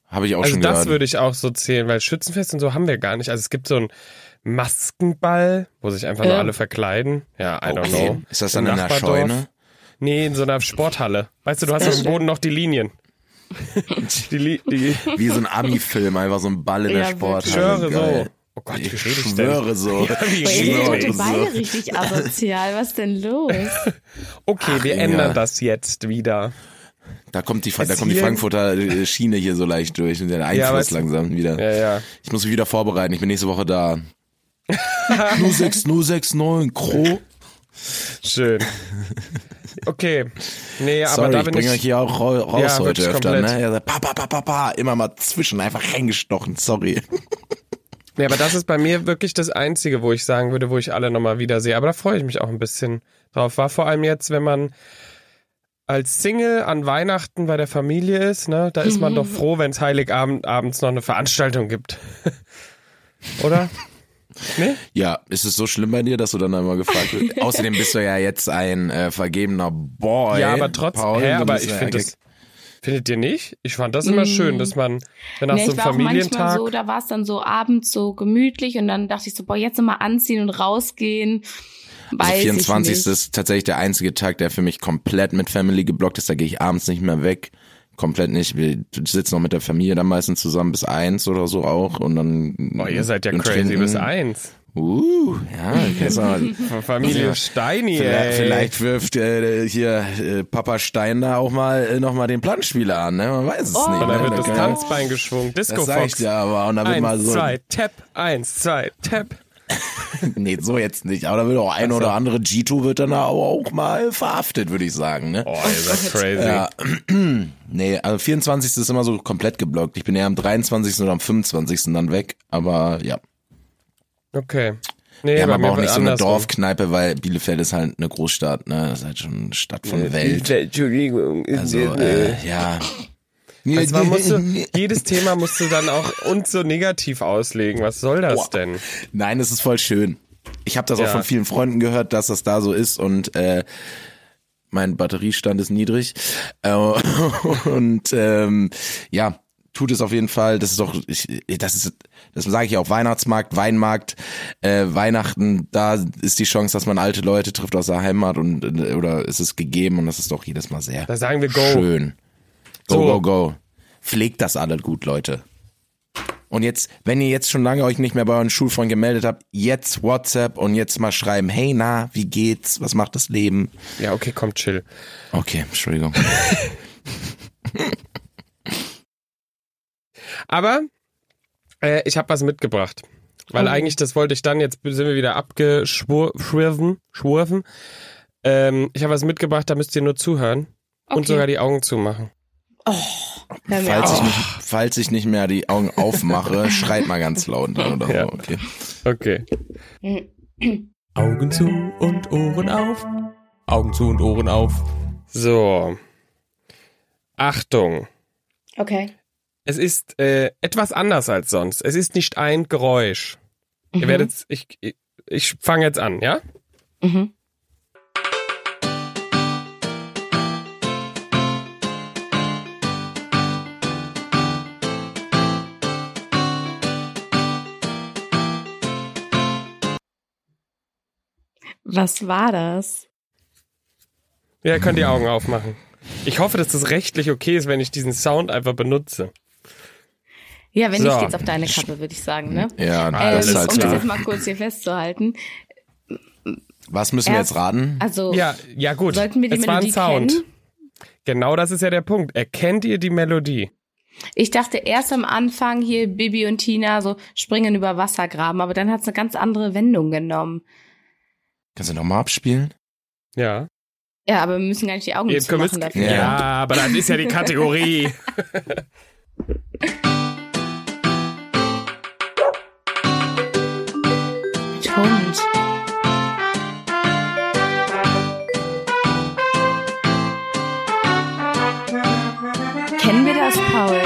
[SPEAKER 3] Habe ich auch
[SPEAKER 2] Also
[SPEAKER 3] schon
[SPEAKER 2] das
[SPEAKER 3] gehört.
[SPEAKER 2] würde ich auch so zählen, weil Schützenfest und so haben wir gar nicht. Also es gibt so einen Maskenball, wo sich einfach nur
[SPEAKER 1] Ähm.
[SPEAKER 2] alle verkleiden. Ja, I don't
[SPEAKER 3] Okay.
[SPEAKER 2] know.
[SPEAKER 3] Ist das dann
[SPEAKER 2] halt Im
[SPEAKER 3] in einer
[SPEAKER 2] Nachbardorf.
[SPEAKER 3] Scheune?
[SPEAKER 2] Nee, in so einer Sporthalle. Weißt du, du hast auf dem Boden noch die Linien. die, Li
[SPEAKER 3] <laughs>
[SPEAKER 2] die
[SPEAKER 3] Wie so ein Ami-Film, einfach so ein Ball in der
[SPEAKER 1] Ja,
[SPEAKER 2] ich
[SPEAKER 1] wirklich.
[SPEAKER 3] Sporthalle.
[SPEAKER 2] schwöre so.
[SPEAKER 3] Geil.
[SPEAKER 2] Oh Gott, wie
[SPEAKER 3] Ich
[SPEAKER 2] rede ich denn?
[SPEAKER 3] schwöre
[SPEAKER 2] <laughs>
[SPEAKER 3] so.
[SPEAKER 2] wie
[SPEAKER 3] Ich
[SPEAKER 1] Boah, ihr
[SPEAKER 2] rede
[SPEAKER 1] seid
[SPEAKER 2] Genau.
[SPEAKER 1] heute
[SPEAKER 3] schwöre
[SPEAKER 1] beide
[SPEAKER 3] so.
[SPEAKER 1] richtig asozial. Was denn los?
[SPEAKER 2] Okay, wir
[SPEAKER 3] Inga.
[SPEAKER 2] ändern das jetzt wieder.
[SPEAKER 3] Da kommt die, Fra- da
[SPEAKER 2] Es
[SPEAKER 3] kommt die
[SPEAKER 2] hier-
[SPEAKER 3] Frankfurter äh, Schiene hier so leicht durch und der
[SPEAKER 2] Ja,
[SPEAKER 3] Einfluss
[SPEAKER 2] weißt du-
[SPEAKER 3] langsam wieder.
[SPEAKER 2] Ja, ja.
[SPEAKER 3] Ich muss mich wieder vorbereiten, ich bin nächste Woche
[SPEAKER 2] <laughs>
[SPEAKER 3] da. 06, 069, Kro. <laughs>
[SPEAKER 2] Schön. Okay. Nee, aber
[SPEAKER 3] Sorry,
[SPEAKER 2] da
[SPEAKER 3] ich
[SPEAKER 2] bin
[SPEAKER 3] bringe euch
[SPEAKER 2] ich.
[SPEAKER 3] hier auch rau- raus
[SPEAKER 2] Ja,
[SPEAKER 3] heute
[SPEAKER 2] wirklich
[SPEAKER 3] öfter.
[SPEAKER 2] komplett.
[SPEAKER 3] Ne? Ja, pa, pa, pa, pa, pa, immer mal zwischen, einfach reingestochen, sorry.
[SPEAKER 2] Nee, aber das ist bei mir wirklich das Einzige, wo ich sagen würde, wo ich alle nochmal wiedersehe. Aber da freue ich mich auch ein bisschen drauf. War vor allem jetzt, wenn man als Single an Weihnachten bei der Familie ist, ne, da ist man
[SPEAKER 1] Mhm.
[SPEAKER 2] doch froh, wenn es Heiligabend abends noch eine Veranstaltung gibt. <laughs> Oder? Nee?
[SPEAKER 3] Ja, ist es so schlimm bei dir, dass du dann einmal gefragt
[SPEAKER 2] <laughs>
[SPEAKER 3] wirst? Außerdem bist du ja jetzt ein äh, vergebener Boy.
[SPEAKER 2] ja, aber trotzdem,
[SPEAKER 3] Paul,
[SPEAKER 2] hä,
[SPEAKER 3] du
[SPEAKER 2] aber
[SPEAKER 3] bist
[SPEAKER 2] ich
[SPEAKER 3] ja
[SPEAKER 2] finde
[SPEAKER 3] eigentlich-
[SPEAKER 2] das. Findet ihr nicht? Ich fand das immer schön, dass man, wenn nach
[SPEAKER 1] Mhm. Nee, Ne, ich
[SPEAKER 2] so einem
[SPEAKER 1] war auch manchmal
[SPEAKER 2] Familientag.
[SPEAKER 1] so, da war es dann so abends so gemütlich und dann dachte ich so, boah, jetzt nochmal anziehen und rausgehen. Weiß
[SPEAKER 3] Also
[SPEAKER 1] ich
[SPEAKER 3] 24.
[SPEAKER 1] nicht.
[SPEAKER 3] ist tatsächlich der einzige Tag, der für mich komplett mit Family geblockt ist. Da gehe ich abends nicht mehr weg. Komplett nicht. Wir sitzen noch mit der Familie dann meistens zusammen bis eins oder so auch. Und dann.
[SPEAKER 2] Boah, Oh, ihr seid ja
[SPEAKER 3] und
[SPEAKER 2] crazy
[SPEAKER 3] trinken.
[SPEAKER 2] bis eins.
[SPEAKER 3] Uh, ja,
[SPEAKER 1] <laughs>
[SPEAKER 3] ich weiß auch.
[SPEAKER 2] Familie Steini,
[SPEAKER 3] Vielleicht,
[SPEAKER 2] ey.
[SPEAKER 3] vielleicht wirft äh, hier äh, Papa Stein da auch mal äh, nochmal den Plattenspieler an, ne? Man weiß es
[SPEAKER 1] Oh.
[SPEAKER 3] nicht.
[SPEAKER 2] Und
[SPEAKER 3] ne?
[SPEAKER 2] dann wird das
[SPEAKER 3] kann-
[SPEAKER 2] Tanzbein geschwungen. Disco
[SPEAKER 3] Das sag ich
[SPEAKER 2] Fox.
[SPEAKER 3] dir aber. Und dann wird mal
[SPEAKER 2] Eins,
[SPEAKER 3] so.
[SPEAKER 2] zwei, tap, eins, zwei, tap.
[SPEAKER 3] <laughs> Nee, so jetzt nicht. Aber da wird auch ein oder andere G2 wird dann auch auch mal verhaftet, würde ich sagen, ne?
[SPEAKER 2] Oh, ihr seid crazy.
[SPEAKER 3] Nee, also 24. ist immer so komplett geblockt. Ich bin eher am 23. oder am 25. dann weg, aber ja.
[SPEAKER 2] Okay. Nee,
[SPEAKER 3] Wir haben
[SPEAKER 2] bei
[SPEAKER 3] aber
[SPEAKER 2] mir
[SPEAKER 3] auch
[SPEAKER 2] war
[SPEAKER 3] nicht so eine
[SPEAKER 2] andersrum.
[SPEAKER 3] Dorfkneipe, weil Bielefeld ist halt eine Großstadt, ne? Das ist halt schon eine Stadt von Welt.
[SPEAKER 2] Entschuldigung.
[SPEAKER 3] Also, äh, ja.
[SPEAKER 2] Also
[SPEAKER 3] <laughs>
[SPEAKER 2] man musste, jedes Thema musst du dann auch uns so negativ auslegen. Was soll das
[SPEAKER 3] Boah.
[SPEAKER 2] denn?
[SPEAKER 3] Nein, es ist voll schön. Ich habe das
[SPEAKER 2] Ja.
[SPEAKER 3] auch von vielen Freunden gehört, dass das da so ist und äh, mein Batteriestand ist niedrig. Äh, <laughs> und ähm, ja, tut es auf jeden Fall. Das ist doch, ich, das ist, das sage ich auch, Weihnachtsmarkt, Weinmarkt, äh, Weihnachten, da ist die Chance, dass man alte Leute trifft aus der Heimat und äh, oder ist es ist gegeben und das ist doch jedes Mal sehr
[SPEAKER 2] Da sagen wir go.
[SPEAKER 3] schön. Go,
[SPEAKER 2] So.
[SPEAKER 3] go, go. Pflegt das alle gut, Leute. Und jetzt, wenn ihr jetzt schon lange euch nicht mehr bei euren Schulfreund gemeldet habt, jetzt WhatsApp und jetzt mal schreiben, hey na, wie geht's? Was macht das Leben?
[SPEAKER 2] Ja, okay, komm, chill.
[SPEAKER 3] Okay, Entschuldigung.
[SPEAKER 2] Aber äh, ich habe was mitgebracht. Weil
[SPEAKER 3] Oh.
[SPEAKER 2] eigentlich, das wollte ich dann, jetzt sind wir wieder abgeschwurfen. Schwurfen. Ähm, ich habe was mitgebracht, da müsst ihr nur zuhören und
[SPEAKER 1] Okay.
[SPEAKER 2] sogar die Augen zumachen.
[SPEAKER 1] Hör mir
[SPEAKER 3] <laughs> falls,
[SPEAKER 1] auf.
[SPEAKER 3] ich nicht, falls ich nicht mehr die Augen aufmache, schreit mal ganz laut dann oder
[SPEAKER 2] Ja.
[SPEAKER 3] so. Okay.
[SPEAKER 2] Okay.
[SPEAKER 1] Mhm.
[SPEAKER 4] Augen zu und Ohren auf. Augen zu und Ohren auf.
[SPEAKER 2] So. Achtung.
[SPEAKER 1] Okay.
[SPEAKER 2] Es ist äh, etwas anders als sonst. Es ist nicht ein Geräusch. Ihr werdet ich ich, ich fange jetzt an, ja?
[SPEAKER 1] Mhm. Was war das?
[SPEAKER 2] Ja, könnt die Augen aufmachen. Ich hoffe, dass das rechtlich okay ist, wenn ich diesen Sound einfach benutze.
[SPEAKER 1] Ja, wenn
[SPEAKER 2] So.
[SPEAKER 1] nicht, geht's auf deine Kappe, würde ich sagen, ne?
[SPEAKER 3] Ja,
[SPEAKER 1] Ähm,
[SPEAKER 3] das ist halt
[SPEAKER 1] um das
[SPEAKER 3] klar.
[SPEAKER 1] jetzt mal kurz hier festzuhalten.
[SPEAKER 3] Was müssen wir
[SPEAKER 1] erst-
[SPEAKER 3] jetzt raten?
[SPEAKER 1] Also,
[SPEAKER 2] Ja, ja gut.
[SPEAKER 1] sollten wir die
[SPEAKER 2] es war ein
[SPEAKER 1] Melodie
[SPEAKER 2] Sound.
[SPEAKER 1] kennen?
[SPEAKER 2] Genau, das ist ja der Punkt. Erkennt ihr die Melodie?
[SPEAKER 1] Ich dachte erst am Anfang hier Bibi und Tina so springen über Wassergraben, aber dann hat's eine ganz andere Wendung genommen.
[SPEAKER 3] Kannst du nochmal abspielen?
[SPEAKER 2] Ja.
[SPEAKER 1] Ja, aber wir müssen gar nicht die Augen
[SPEAKER 2] Ihr könnt
[SPEAKER 1] zumachen
[SPEAKER 2] jetzt-
[SPEAKER 1] dafür.
[SPEAKER 2] ja.
[SPEAKER 3] Ja.
[SPEAKER 2] aber das ist ja
[SPEAKER 1] <laughs>
[SPEAKER 2] die Kategorie.
[SPEAKER 1] Hund. Kennen wir das, Paul?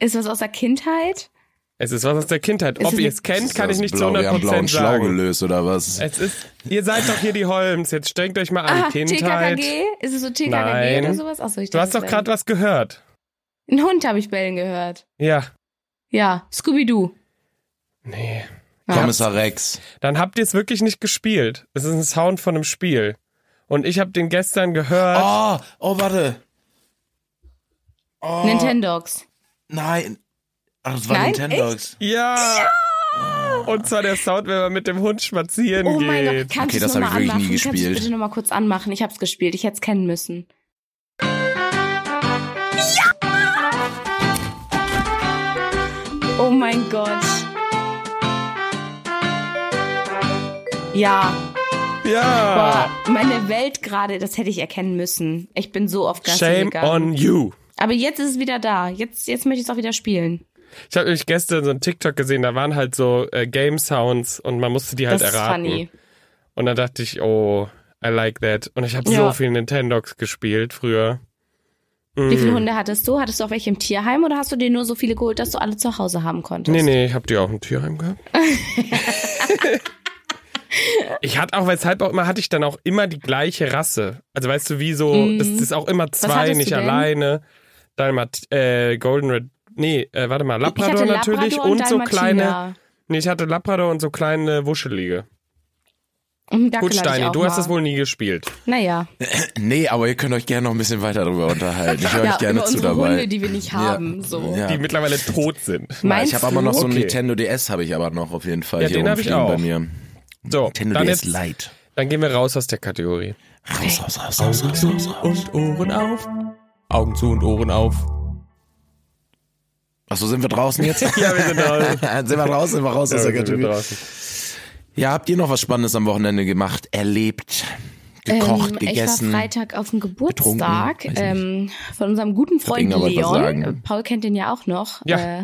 [SPEAKER 1] Ist das aus der Kindheit?
[SPEAKER 2] es ist was aus der Kindheit.
[SPEAKER 1] Ist
[SPEAKER 2] Ob
[SPEAKER 1] es
[SPEAKER 2] ihr
[SPEAKER 1] nicht-
[SPEAKER 2] es kennt, kann ich nicht zu
[SPEAKER 3] Blau- Wir haben
[SPEAKER 2] 100%
[SPEAKER 3] blauen Schlau
[SPEAKER 2] sagen. Äh,
[SPEAKER 3] gelöst oder was?
[SPEAKER 2] Es ist, ihr seid doch hier die Holmes. Jetzt strengt euch mal an.
[SPEAKER 1] Ah,
[SPEAKER 2] Kindheit.
[SPEAKER 1] TKKG? Ist es so TKKG
[SPEAKER 2] Nein.
[SPEAKER 1] oder sowas? Achso, ich
[SPEAKER 2] Du
[SPEAKER 1] dachte,
[SPEAKER 2] hast doch
[SPEAKER 1] es
[SPEAKER 2] gerade was gehört.
[SPEAKER 1] wäre- Ein Hund habe ich bellen gehört.
[SPEAKER 2] Ja.
[SPEAKER 1] Ja, Scooby-Doo.
[SPEAKER 2] Nee.
[SPEAKER 3] Kommissar Rex.
[SPEAKER 2] Dann habt ihr es wirklich nicht gespielt. Es ist ein Sound von einem Spiel. Und ich habe den gestern gehört.
[SPEAKER 3] Oh, oh, warte.
[SPEAKER 1] Nintendogs.
[SPEAKER 3] Nein. Ach, das war
[SPEAKER 1] Nein,
[SPEAKER 3] Nintendogs.
[SPEAKER 2] Ja. Und zwar der Sound, wenn man mit dem Hund spazieren
[SPEAKER 1] Oh
[SPEAKER 2] geht.
[SPEAKER 1] mein Gott, kannst
[SPEAKER 3] Okay,
[SPEAKER 1] du es
[SPEAKER 3] das hab
[SPEAKER 1] nochmal
[SPEAKER 3] ich wirklich nie
[SPEAKER 1] anmachen? Kannst du
[SPEAKER 3] gespielt.
[SPEAKER 1] es bitte nochmal kurz anmachen? Ich hab's gespielt, ich hätte es kennen müssen. Ja! Oh mein Gott. Ja, boah,
[SPEAKER 2] Ja.
[SPEAKER 1] meine Welt gerade, das hätte ich erkennen müssen. Ich bin so oft Gassi
[SPEAKER 2] Shame
[SPEAKER 1] gegangen.
[SPEAKER 2] on you.
[SPEAKER 1] Aber jetzt ist es wieder da. Jetzt, jetzt möchte ich es auch wieder spielen.
[SPEAKER 2] Ich habe nämlich gestern so einen TikTok gesehen, da waren halt so äh, Game Sounds und man musste die halt
[SPEAKER 1] das ist
[SPEAKER 2] erraten.
[SPEAKER 1] funny.
[SPEAKER 2] Und dann dachte ich, oh, I like that. Und ich habe
[SPEAKER 1] Ja.
[SPEAKER 2] so viel Nintendox gespielt früher.
[SPEAKER 1] Wie
[SPEAKER 2] Hm.
[SPEAKER 1] viele Hunde hattest du? Hattest du auch welche im Tierheim oder hast du dir nur so viele geholt, dass du alle zu Hause haben konntest?
[SPEAKER 2] Nee, nee, ich hab die auch im Tierheim
[SPEAKER 1] <laughs>
[SPEAKER 2] gehabt. ich hatte auch, weshalb auch immer, hatte ich dann auch immer die gleiche Rasse. Also weißt du, wie so, das ist auch immer zwei,
[SPEAKER 1] Mhm. hattest
[SPEAKER 2] nicht
[SPEAKER 1] du denn?
[SPEAKER 2] alleine. Dalmat, äh, Golden Red, nee, äh, warte mal,
[SPEAKER 1] Ich hatte
[SPEAKER 2] Labrador natürlich
[SPEAKER 1] Labrador und, Mhm,
[SPEAKER 2] so kleine,
[SPEAKER 1] Dalmatiner.
[SPEAKER 2] nee, ich hatte Labrador und so kleine Wuschelige.
[SPEAKER 1] Und Dackel
[SPEAKER 2] Gut,
[SPEAKER 1] hatte ich
[SPEAKER 2] Steini,
[SPEAKER 1] auch
[SPEAKER 2] du hast
[SPEAKER 1] mal.
[SPEAKER 2] das wohl nie gespielt.
[SPEAKER 1] Naja,
[SPEAKER 3] Nee, aber ihr könnt euch gerne noch ein bisschen weiter darüber unterhalten. Ich höre
[SPEAKER 1] ja,
[SPEAKER 3] euch gerne
[SPEAKER 1] über
[SPEAKER 3] zu
[SPEAKER 1] unsere
[SPEAKER 3] dabei.
[SPEAKER 1] Hunde, die wir nicht haben. So.
[SPEAKER 3] Ja.
[SPEAKER 2] Die mittlerweile tot
[SPEAKER 3] <laughs>
[SPEAKER 2] sind.
[SPEAKER 1] Meinst
[SPEAKER 3] ich habe aber noch so ein
[SPEAKER 2] Okay.
[SPEAKER 3] Nintendo DS habe ich aber noch auf jeden Fall
[SPEAKER 2] Ja,
[SPEAKER 3] hier
[SPEAKER 2] den hab ich
[SPEAKER 3] rumfliegen
[SPEAKER 2] auch.
[SPEAKER 3] bei mir.
[SPEAKER 2] So,
[SPEAKER 3] Nintendo
[SPEAKER 2] dann,
[SPEAKER 3] DS
[SPEAKER 2] jetzt,
[SPEAKER 3] Lite.
[SPEAKER 2] dann gehen wir raus aus der Kategorie.
[SPEAKER 3] Raus, raus, raus, raus,
[SPEAKER 4] Augen
[SPEAKER 3] raus,
[SPEAKER 4] zu
[SPEAKER 3] raus, raus.
[SPEAKER 4] und Ohren auf. Augen zu und Ohren auf.
[SPEAKER 3] Achso, sind wir draußen jetzt? <laughs> sind
[SPEAKER 2] Ja, wir <laughs> sind draußen.
[SPEAKER 3] wir raus, sind wir raus aus
[SPEAKER 2] Ja,
[SPEAKER 3] der
[SPEAKER 2] wir sind
[SPEAKER 3] Kategorie.
[SPEAKER 2] draußen.
[SPEAKER 3] Ja, habt ihr noch was Spannendes am Wochenende gemacht, erlebt, gekocht,
[SPEAKER 1] ähm,
[SPEAKER 3] gegessen?
[SPEAKER 1] Ich war Freitag auf dem Geburtstag
[SPEAKER 3] getrunken, weiß ich
[SPEAKER 1] ähm, von unserem guten Freund
[SPEAKER 3] Inga wollte was
[SPEAKER 1] Leon.
[SPEAKER 3] sagen.
[SPEAKER 1] Äh, Paul kennt den ja auch noch.
[SPEAKER 2] Ja.
[SPEAKER 1] äh,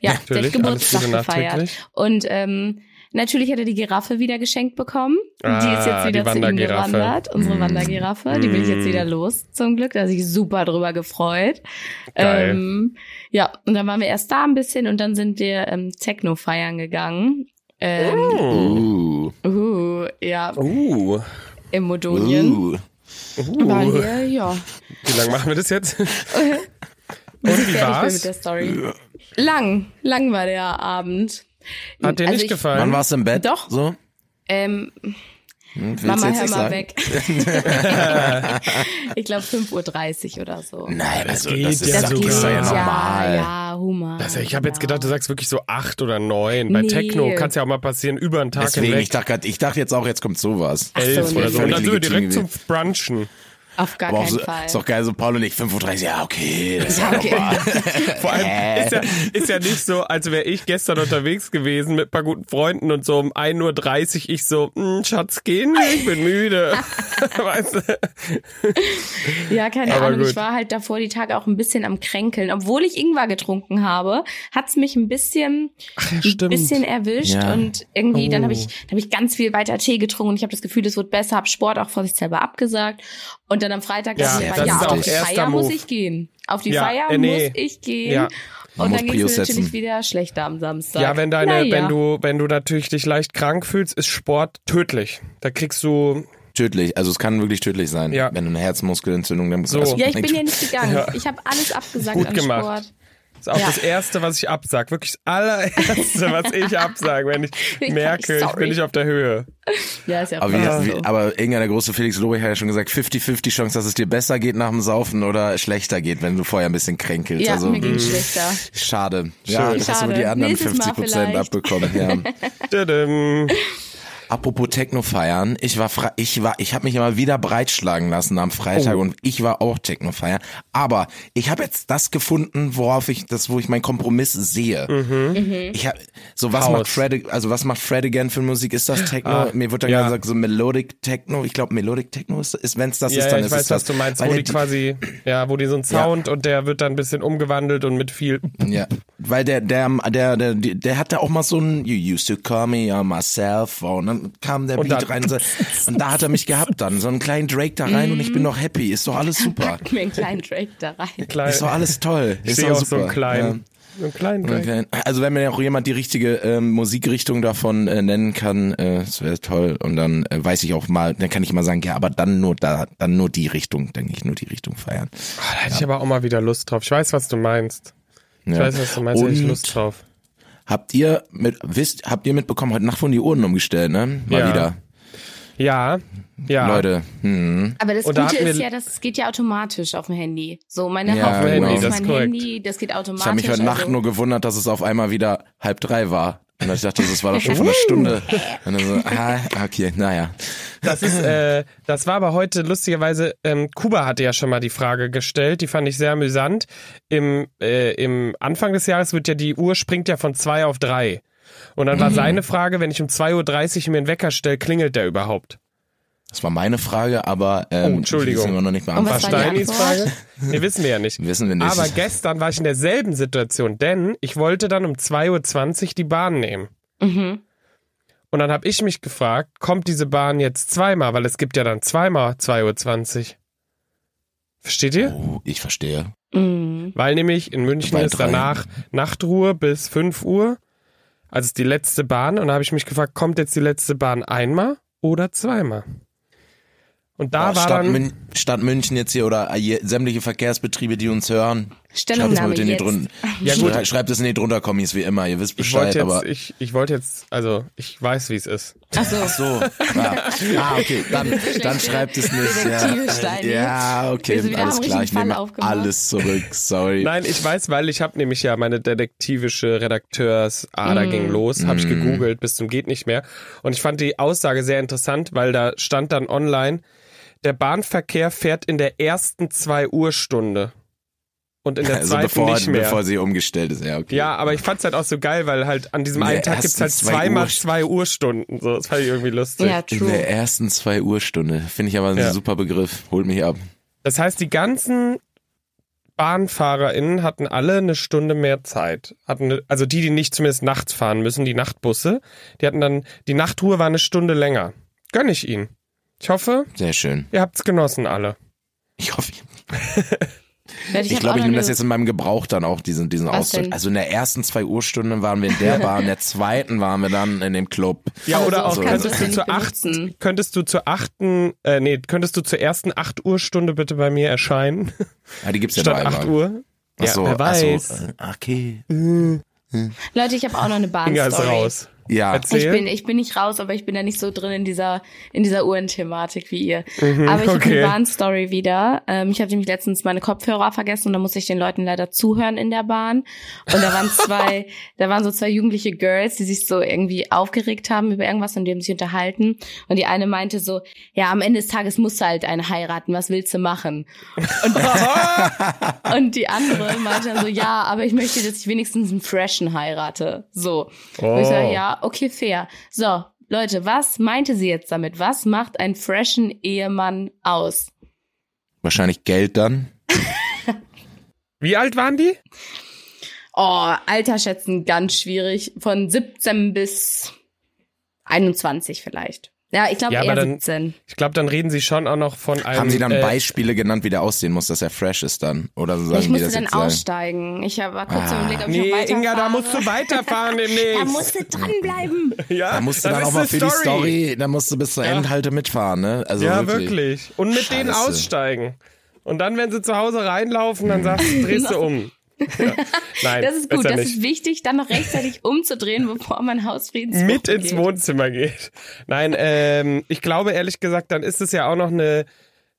[SPEAKER 1] ja der
[SPEAKER 2] Natürlich,
[SPEAKER 1] hat
[SPEAKER 2] alles
[SPEAKER 1] Geburtstag
[SPEAKER 2] Gute
[SPEAKER 1] gefeiert.
[SPEAKER 2] nachträglich.
[SPEAKER 1] Und ähm, natürlich hat er die Giraffe wieder geschenkt bekommen. die ist
[SPEAKER 2] Ah,
[SPEAKER 1] jetzt
[SPEAKER 2] die
[SPEAKER 1] wieder zu ihm
[SPEAKER 2] Wandergiraffe.
[SPEAKER 1] gewandert. Unsere
[SPEAKER 3] Hm.
[SPEAKER 1] Wandergiraffe. Die bin ich jetzt wieder los, zum Glück. Da hat sich super drüber gefreut.
[SPEAKER 2] Geil.
[SPEAKER 1] Ähm, ja, und dann waren wir erst da ein bisschen und dann sind wir ähm, Techno feiern gegangen. Ähm,
[SPEAKER 2] Uh.
[SPEAKER 3] Uh,
[SPEAKER 1] uh, ja,
[SPEAKER 2] Uh.
[SPEAKER 1] im Modonien.
[SPEAKER 3] uh.
[SPEAKER 1] Waren
[SPEAKER 2] Uh.
[SPEAKER 1] wir, ja.
[SPEAKER 2] Wie lange machen wir das
[SPEAKER 1] <laughs>
[SPEAKER 2] jetzt? Und wie
[SPEAKER 1] fertig bin mit
[SPEAKER 2] war's?
[SPEAKER 1] der Story. Lang, lang war der Abend.
[SPEAKER 2] Hat dir
[SPEAKER 1] Also
[SPEAKER 2] nicht
[SPEAKER 1] ich-
[SPEAKER 3] Wann
[SPEAKER 2] gefallen?
[SPEAKER 3] warst du im Bett?
[SPEAKER 1] Doch.
[SPEAKER 3] So?
[SPEAKER 1] Ähm,
[SPEAKER 3] Hm, willst du
[SPEAKER 1] Mama,
[SPEAKER 3] jetzt
[SPEAKER 1] hör
[SPEAKER 3] nicht
[SPEAKER 1] mal
[SPEAKER 3] sagen?
[SPEAKER 1] weg.
[SPEAKER 2] <laughs>
[SPEAKER 1] ich glaube 5.30 Uhr oder so.
[SPEAKER 3] Nein, also
[SPEAKER 2] geht
[SPEAKER 3] das ist,
[SPEAKER 2] ja
[SPEAKER 3] das
[SPEAKER 2] sogar.
[SPEAKER 3] ist
[SPEAKER 2] ja
[SPEAKER 3] ja normal.
[SPEAKER 1] Ja, ja, Humor.
[SPEAKER 2] Also ich habe jetzt gedacht, du sagst wirklich so acht oder neun. Bei
[SPEAKER 1] Nee.
[SPEAKER 2] Techno kann es ja auch mal passieren, über einen Tag
[SPEAKER 3] Deswegen, ich
[SPEAKER 2] hinweg.
[SPEAKER 3] dachte, grad- ich dachte jetzt auch, jetzt kommt sowas.
[SPEAKER 1] so,
[SPEAKER 2] Elf
[SPEAKER 1] nee.
[SPEAKER 2] oder so. Und
[SPEAKER 3] Völlig
[SPEAKER 2] dann sind wir direkt
[SPEAKER 3] legitim
[SPEAKER 2] zum Brunchen.
[SPEAKER 1] Auf gar
[SPEAKER 3] Aber auch
[SPEAKER 1] keinen
[SPEAKER 3] so,
[SPEAKER 1] Fall.
[SPEAKER 3] ist doch geil, so Paul und ich, 5.30 Uhr, ja, okay, das ist ja
[SPEAKER 1] Ja, okay.
[SPEAKER 3] normal.
[SPEAKER 1] <laughs>
[SPEAKER 2] Vor allem ist ja, ist ja nicht so, als wäre ich gestern unterwegs gewesen mit ein paar guten Freunden und so um 1.30 Uhr ich so, "Hm, Schatz, gehen wir, ich bin müde. <laughs> weißt du?
[SPEAKER 1] Ja, keine
[SPEAKER 2] Aber
[SPEAKER 1] Ahnung.
[SPEAKER 2] gut.
[SPEAKER 1] Ich war halt davor die Tage auch ein bisschen am Kränkeln. Obwohl ich Ingwer getrunken habe, hat's mich ein bisschen, ein
[SPEAKER 2] stimmt.
[SPEAKER 1] bisschen erwischt.
[SPEAKER 3] Ja.
[SPEAKER 1] Und irgendwie, dann
[SPEAKER 2] Oh.
[SPEAKER 1] habe ich, dann hab ich ganz viel weiter Tee getrunken und ich habe das Gefühl, es wird besser, habe Sport auch vorsichtshalber abgesagt. Und dann am Freitag
[SPEAKER 2] Ja,
[SPEAKER 1] dachte ich, mir,
[SPEAKER 3] das
[SPEAKER 1] ja,
[SPEAKER 3] ist
[SPEAKER 1] auf
[SPEAKER 3] auch
[SPEAKER 1] die
[SPEAKER 2] erster
[SPEAKER 1] Feier muss
[SPEAKER 2] Move.
[SPEAKER 1] ich gehen. Auf die
[SPEAKER 2] Ja,
[SPEAKER 1] Feier
[SPEAKER 2] äh, nee.
[SPEAKER 1] muss ich gehen.
[SPEAKER 2] Ja.
[SPEAKER 1] Und
[SPEAKER 3] muss
[SPEAKER 1] dann ging
[SPEAKER 3] Prios
[SPEAKER 1] es mir
[SPEAKER 3] setzen.
[SPEAKER 1] natürlich wieder schlechter am Samstag.
[SPEAKER 2] Ja, wenn deine,
[SPEAKER 1] Naja.
[SPEAKER 2] wenn du, wenn du natürlich dich leicht krank fühlst, ist Sport tödlich. Da kriegst du,
[SPEAKER 3] tödlich, also es kann wirklich tödlich sein,
[SPEAKER 2] Ja.
[SPEAKER 3] wenn du eine Herzmuskelentzündung dann also
[SPEAKER 2] So.
[SPEAKER 1] Ja, ich bin ja
[SPEAKER 3] <laughs>
[SPEAKER 1] nicht gegangen. Ich habe alles abgesagt
[SPEAKER 2] Gut
[SPEAKER 1] an
[SPEAKER 2] gemacht.
[SPEAKER 1] Sport.
[SPEAKER 2] ist auch
[SPEAKER 1] Ja.
[SPEAKER 2] das Erste, was ich absag. Wirklich das allererste, was ich absage,
[SPEAKER 1] <laughs>
[SPEAKER 2] wenn ich
[SPEAKER 1] Ich-
[SPEAKER 2] merke, ich
[SPEAKER 1] sorry.
[SPEAKER 2] bin nicht auf der Höhe.
[SPEAKER 1] Ja, ist ja
[SPEAKER 3] aber,
[SPEAKER 1] fast
[SPEAKER 3] wie,
[SPEAKER 1] so.
[SPEAKER 3] wie, aber Inga, der große Felix Lobrecht hat ja schon gesagt, 50-50 Chance, dass es dir besser geht nach dem Saufen oder schlechter geht, wenn du vorher ein bisschen kränkelst.
[SPEAKER 1] ja,
[SPEAKER 3] also,
[SPEAKER 1] mir ging
[SPEAKER 3] mh,
[SPEAKER 1] schlechter.
[SPEAKER 3] schade. Ja,
[SPEAKER 2] Schön.
[SPEAKER 3] das hast du
[SPEAKER 1] Schade.
[SPEAKER 3] aber die anderen
[SPEAKER 1] Nächstes Mal
[SPEAKER 3] 50 Prozent
[SPEAKER 1] vielleicht.
[SPEAKER 3] abbekommen.
[SPEAKER 1] <laughs>
[SPEAKER 3] Ja.
[SPEAKER 2] Tadam.
[SPEAKER 3] Apropos Techno feiern, ich war fra ich war ich habe mich immer wieder breitschlagen lassen am Freitag
[SPEAKER 2] Oh.
[SPEAKER 3] und ich war auch Techno feiern, aber ich habe jetzt das gefunden, worauf ich das wo ich meinen Kompromiss sehe.
[SPEAKER 2] Mhm.
[SPEAKER 3] Ich habe so was
[SPEAKER 2] House.
[SPEAKER 3] macht Fred also was macht Fred again für Musik? Ist das Techno? Mir wird dann
[SPEAKER 2] Ah, ja.
[SPEAKER 3] gesagt so Melodic Techno. Ich glaube Melodic Techno ist, ist wenn es das
[SPEAKER 2] Ja,
[SPEAKER 3] ist, dann
[SPEAKER 2] ja, ich
[SPEAKER 3] ist es
[SPEAKER 2] weiß,
[SPEAKER 3] das.
[SPEAKER 2] was du meinst,
[SPEAKER 3] Weil
[SPEAKER 2] wo
[SPEAKER 3] der
[SPEAKER 2] die
[SPEAKER 3] D-
[SPEAKER 2] quasi, ja, wo die so ein Sound und der wird dann ein bisschen umgewandelt und mit viel.
[SPEAKER 3] Ja, weil der, der, der, der, der hat da auch mal so ein You used to call me on my cell phone. Dann kam der
[SPEAKER 2] Und
[SPEAKER 3] Beat
[SPEAKER 2] dann-
[SPEAKER 3] rein und,
[SPEAKER 2] <laughs>
[SPEAKER 3] so, und da hat er mich gehabt dann. So einen kleinen Drake da rein und ich bin doch happy. Ist doch alles super.
[SPEAKER 1] mir einen kleinen Drake da rein.
[SPEAKER 2] Klein,
[SPEAKER 3] Ist doch alles toll.
[SPEAKER 2] ich
[SPEAKER 3] Ist
[SPEAKER 2] sehe
[SPEAKER 3] doch
[SPEAKER 2] auch
[SPEAKER 3] super.
[SPEAKER 2] so einen kleinen, so einen kleinen
[SPEAKER 3] Ja.
[SPEAKER 2] Drake.
[SPEAKER 3] Okay. Also wenn mir auch jemand die richtige ähm, Musikrichtung davon äh, nennen kann, äh, das wäre toll. Und dann äh, weiß ich auch mal, dann kann ich mal sagen, ja, aber dann nur da, dann nur die Richtung, denke ich, nur die Richtung feiern.
[SPEAKER 2] Oh, da hätte ich aber auch mal wieder Lust drauf. Ich weiß, was du meinst. Ich
[SPEAKER 3] Ja.
[SPEAKER 2] weiß, was du meinst, da hätte ich Lust drauf.
[SPEAKER 3] Habt ihr mit wisst, habt ihr mitbekommen, heute Nacht wurden die Uhren umgestellt, ne? Mal
[SPEAKER 2] Ja.
[SPEAKER 3] wieder.
[SPEAKER 2] Ja, ja.
[SPEAKER 3] Leute. Hm.
[SPEAKER 1] <laughs> Aber das
[SPEAKER 2] Und da
[SPEAKER 1] Gute
[SPEAKER 2] hatten wir-
[SPEAKER 1] ist ja, dass es geht ja automatisch auf dem Handy. So, meine
[SPEAKER 3] Ja,
[SPEAKER 1] Hauptproblem
[SPEAKER 3] genau.
[SPEAKER 1] ist
[SPEAKER 3] Das
[SPEAKER 2] ist
[SPEAKER 1] mein
[SPEAKER 2] korrekt.
[SPEAKER 1] Handy, das geht automatisch.
[SPEAKER 3] Ich habe mich heute Nacht
[SPEAKER 1] also-
[SPEAKER 3] nur gewundert, dass es auf einmal wieder halb drei war. Und ich dachte, das war doch schon vor einer Stunde. Und dann so, ah, okay, naja.
[SPEAKER 2] Das ist,
[SPEAKER 1] <clears throat>
[SPEAKER 2] äh, das war aber heute lustigerweise, ähm, Kuba hatte ja schon mal die Frage gestellt, die fand ich sehr amüsant. Im, äh, im Anfang des Jahres wird ja die Uhr springt ja von zwei auf drei. Und dann
[SPEAKER 1] Mhm.
[SPEAKER 2] war seine Frage, wenn ich um 2.30 Uhr mir einen Wecker stelle, klingelt der überhaupt?
[SPEAKER 3] Das war meine Frage, aber ähm,
[SPEAKER 2] Oh, Entschuldigung.
[SPEAKER 3] die wissen wir noch nicht
[SPEAKER 1] Und
[SPEAKER 3] beantwortet.
[SPEAKER 1] was war die
[SPEAKER 2] Steinis
[SPEAKER 1] Antwort?
[SPEAKER 2] Frage? Nee, wissen wir ja nicht.
[SPEAKER 3] Wissen wir nicht.
[SPEAKER 2] Aber gestern war ich in derselben
[SPEAKER 1] Mhm.
[SPEAKER 2] Situation, denn ich wollte dann um 2.20 Uhr die Bahn nehmen. Und dann habe ich mich gefragt, kommt diese Bahn jetzt zweimal? Weil es gibt ja dann zweimal 2.20 Uhr. Versteht ihr?
[SPEAKER 3] Oh, ich verstehe.
[SPEAKER 1] Mhm.
[SPEAKER 2] Weil nämlich in München
[SPEAKER 3] Bei
[SPEAKER 2] ist
[SPEAKER 3] drei.
[SPEAKER 2] danach Nachtruhe bis 5 Uhr. Also ist die letzte Bahn. Und da habe ich mich gefragt, kommt jetzt die letzte Bahn einmal oder zweimal? Und da
[SPEAKER 3] Boah,
[SPEAKER 2] war
[SPEAKER 3] Oh, Stadt,
[SPEAKER 2] dann...
[SPEAKER 3] Mün Stadt München jetzt hier oder ah, je- sämtliche Verkehrsbetriebe, die uns hören, schreibt es mal
[SPEAKER 1] Stellungnahme
[SPEAKER 3] bitte in die
[SPEAKER 1] jetzt.
[SPEAKER 3] drunter.
[SPEAKER 2] Ja,
[SPEAKER 1] <laughs>
[SPEAKER 2] gut.
[SPEAKER 3] Schrei- Schreibt es in die drunter Kommis wie immer. Ihr wisst
[SPEAKER 2] Ich wollte
[SPEAKER 3] Bescheid,
[SPEAKER 2] jetzt,
[SPEAKER 3] aber
[SPEAKER 2] ich, ich wollte jetzt, also ich weiß, wie es ist.
[SPEAKER 1] Ach so. <laughs>
[SPEAKER 3] Ach so. Ja. Ah, okay. Dann, dann schreibt es nicht.
[SPEAKER 1] Detektive Steini.
[SPEAKER 3] Ja, ja
[SPEAKER 1] Wir sind
[SPEAKER 3] okay.
[SPEAKER 1] wieder
[SPEAKER 3] Alles
[SPEAKER 1] am
[SPEAKER 3] klar.
[SPEAKER 1] richtigen
[SPEAKER 3] Ich
[SPEAKER 1] Fall
[SPEAKER 3] nehme
[SPEAKER 1] aufgemacht.
[SPEAKER 3] alles zurück. Sorry.
[SPEAKER 2] Nein, ich weiß, weil ich habe nämlich ja meine detektivische Redakteursader ging
[SPEAKER 3] Mhm.
[SPEAKER 2] los, habe ich gegoogelt bis zum geht nicht mehr und ich fand die Aussage sehr interessant, weil da stand dann online, der Bahnverkehr fährt in der ersten 2 Uhr Stunde und in der
[SPEAKER 3] Also
[SPEAKER 2] zweiten
[SPEAKER 3] bevor,
[SPEAKER 2] nicht mehr.
[SPEAKER 3] bevor sie umgestellt ist. Ja, okay.
[SPEAKER 2] ja, aber ich fand's halt auch so geil, weil halt an diesem
[SPEAKER 3] In der
[SPEAKER 2] einen Tag gibt's halt
[SPEAKER 3] ersten 2
[SPEAKER 2] zweimal
[SPEAKER 3] Uhr-
[SPEAKER 2] 2 Uhr Stunden, so das fand ich irgendwie lustig.
[SPEAKER 1] Ja,
[SPEAKER 3] In der
[SPEAKER 1] true.
[SPEAKER 3] ersten zwei Uhr Stunde. Finde ich aber ein
[SPEAKER 2] Ja.
[SPEAKER 3] super Begriff. Holt mich ab.
[SPEAKER 2] Das heißt, die ganzen BahnfahrerInnen hatten alle eine Stunde mehr Zeit. Hatten, eine- also die, die nicht zumindest nachts fahren müssen, die Nachtbusse, die hatten dann, die Nachtruhe war eine Stunde länger. Gönn ich ihnen. Ich hoffe,
[SPEAKER 3] Sehr schön.
[SPEAKER 2] ihr habt's genossen alle.
[SPEAKER 3] Ich hoffe, ich
[SPEAKER 1] Warte,
[SPEAKER 3] Ich
[SPEAKER 1] hab auch
[SPEAKER 3] glaube, ich
[SPEAKER 1] noch
[SPEAKER 3] nehme das
[SPEAKER 1] eine-
[SPEAKER 3] jetzt in meinem Gebrauch dann auch, diesen, diesen
[SPEAKER 1] Was
[SPEAKER 3] Ausdruck.
[SPEAKER 1] denn?
[SPEAKER 3] Also in der ersten zwei Uhrstunden waren wir in der Bar, in der zweiten waren wir dann in dem Club.
[SPEAKER 2] Ja,
[SPEAKER 1] Aber
[SPEAKER 2] oder
[SPEAKER 1] Also so
[SPEAKER 2] auch
[SPEAKER 1] kannst du
[SPEAKER 2] könntest du,
[SPEAKER 1] es
[SPEAKER 2] zur
[SPEAKER 1] ja nicht
[SPEAKER 2] achten,
[SPEAKER 1] benutzen.
[SPEAKER 2] könntest du zur achten, äh, nee, könntest du zur ersten 8 Uhr Stunde bitte bei mir
[SPEAKER 3] <laughs>
[SPEAKER 2] erscheinen,
[SPEAKER 3] Ja, Ah, die gibt's ja nur
[SPEAKER 2] statt 8
[SPEAKER 3] einmal.
[SPEAKER 2] Uhr?
[SPEAKER 3] Ach so,
[SPEAKER 2] ja, wer
[SPEAKER 3] ach so,
[SPEAKER 2] weiß.
[SPEAKER 3] äh, okay.
[SPEAKER 1] Leute, ich habe auch noch
[SPEAKER 3] <laughs>
[SPEAKER 1] eine
[SPEAKER 2] Inga ist
[SPEAKER 1] Bahnstory.
[SPEAKER 2] raus.
[SPEAKER 3] Ja,
[SPEAKER 2] Erzähl.
[SPEAKER 1] Ich bin, ich bin nicht raus, aber ich bin da nicht so drin in dieser, in dieser Uhrenthematik wie ihr. aber ich habe
[SPEAKER 2] okay.
[SPEAKER 1] eine Bahnstory wieder. Ähm, ich habe nämlich letztens meine Kopfhörer vergessen und da musste ich den Leuten leider zuhören in der Bahn. Und da waren zwei, da waren so zwei jugendliche Girls, die sich so irgendwie aufgeregt haben über irgendwas und die haben sich unterhalten. Und die eine meinte so, ja, am Ende des Tages musst du halt einen heiraten, was willst du machen? Und, und die andere meinte dann so, ja, aber ich möchte, dass ich wenigstens einen Freshen heirate. So. Und ich
[SPEAKER 2] Oh.
[SPEAKER 1] sage, ja, okay, fair. So, Leute, was meinte sie jetzt damit? Was macht ein freshen Ehemann aus?
[SPEAKER 3] wahrscheinlich Geld dann.
[SPEAKER 2] Wie alt waren die?
[SPEAKER 1] Oh, Alter schätzen ganz schwierig. Von 17 bis 21 vielleicht. Ja, ich glaube
[SPEAKER 2] Ja, aber
[SPEAKER 1] eher
[SPEAKER 2] dann-
[SPEAKER 1] 17.
[SPEAKER 2] Ich glaube, dann reden sie schon auch noch von einem.
[SPEAKER 3] Haben sie dann
[SPEAKER 2] äh,
[SPEAKER 3] Beispiele genannt, wie der aussehen muss, dass er fresh ist dann? Oder so sagen
[SPEAKER 1] Ich
[SPEAKER 3] die
[SPEAKER 1] musste
[SPEAKER 3] das
[SPEAKER 1] dann
[SPEAKER 3] jetzt sagen?
[SPEAKER 1] aussteigen. Ich war kurz
[SPEAKER 3] Ah.
[SPEAKER 1] im Blick, ob ich noch
[SPEAKER 2] Nee,
[SPEAKER 1] weiterfahre.
[SPEAKER 2] Inga, da musst du
[SPEAKER 1] <laughs>
[SPEAKER 2] weiterfahren
[SPEAKER 1] Da
[SPEAKER 3] <laughs>
[SPEAKER 2] demnächst.
[SPEAKER 1] musste dranbleiben.
[SPEAKER 2] ja,
[SPEAKER 3] Da musst du
[SPEAKER 2] Ah, das
[SPEAKER 3] dann
[SPEAKER 2] ist
[SPEAKER 3] auch mal
[SPEAKER 2] eine
[SPEAKER 3] für die Story, da musst du bis zur Endhalte mitfahren, ne? Also
[SPEAKER 2] Ja,
[SPEAKER 3] wirklich.
[SPEAKER 2] wirklich. Und mit denen
[SPEAKER 3] Scheiße.
[SPEAKER 2] aussteigen. Und dann, wenn sie zu Hause reinlaufen, dann sagst du, drehst
[SPEAKER 1] <laughs>
[SPEAKER 2] du um. Ja. Nein,
[SPEAKER 1] Das ist gut,
[SPEAKER 2] besser
[SPEAKER 1] das
[SPEAKER 2] nicht.
[SPEAKER 1] ist wichtig, dann noch rechtzeitig umzudrehen, bevor man Hausfriedensbruch <laughs>
[SPEAKER 2] mit ins
[SPEAKER 1] begeht.
[SPEAKER 2] Wohnzimmer geht. Nein, ähm, ich glaube ehrlich gesagt, dann ist es ja auch noch eine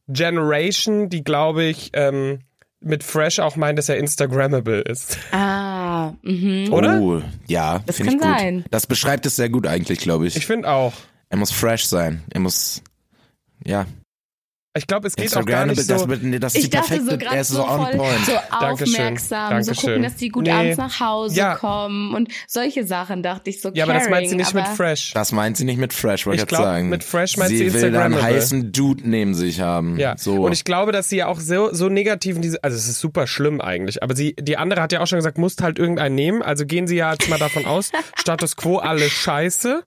[SPEAKER 2] Generation, die, glaube ich, ähm, mit Fresh auch meint, dass er Instagrammable ist.
[SPEAKER 1] Ah, mhm.
[SPEAKER 2] Oder?
[SPEAKER 3] Oh, ja, das
[SPEAKER 1] kann
[SPEAKER 3] ich gut.
[SPEAKER 1] sein.
[SPEAKER 3] Das beschreibt es sehr gut eigentlich, glaube ich.
[SPEAKER 2] Ich finde auch.
[SPEAKER 3] Er muss fresh sein. Er muss, ja,
[SPEAKER 2] Ich glaube, es geht auch gar
[SPEAKER 3] Instagram,
[SPEAKER 2] nicht so.
[SPEAKER 3] das, wird- nee, das ist
[SPEAKER 1] Ich
[SPEAKER 3] die
[SPEAKER 1] dachte
[SPEAKER 3] perfekte,
[SPEAKER 1] so
[SPEAKER 3] er
[SPEAKER 1] gerade
[SPEAKER 3] ist
[SPEAKER 1] so,
[SPEAKER 3] so on
[SPEAKER 1] voll
[SPEAKER 3] point.
[SPEAKER 1] so
[SPEAKER 2] Dankeschön,
[SPEAKER 1] aufmerksam, so
[SPEAKER 2] Dankeschön.
[SPEAKER 1] gucken, dass die gut
[SPEAKER 2] Nee.
[SPEAKER 1] abends nach Hause
[SPEAKER 2] Ja.
[SPEAKER 1] kommen und solche Sachen, dachte ich so
[SPEAKER 2] Ja, aber das meint
[SPEAKER 1] caring,
[SPEAKER 2] sie nicht mit
[SPEAKER 1] aber-
[SPEAKER 2] Fresh.
[SPEAKER 3] Das meint sie nicht mit Fresh, wollte
[SPEAKER 2] Ich
[SPEAKER 3] ich
[SPEAKER 2] glaub,
[SPEAKER 3] gerade sagen.
[SPEAKER 2] mit Fresh meint sie
[SPEAKER 3] will dann einen
[SPEAKER 2] Instagrammable.
[SPEAKER 3] heißen Dude neben sich haben.
[SPEAKER 1] Hm,
[SPEAKER 2] Ja,
[SPEAKER 3] So.
[SPEAKER 2] und ich glaube, dass sie ja auch so, so negativ in diese, also es ist super schlimm eigentlich, aber sie, die andere hat ja auch schon gesagt, musst halt irgendeinen nehmen, also gehen sie ja jetzt mal davon aus,
[SPEAKER 1] <laughs>
[SPEAKER 2] Status Quo, alle scheiße.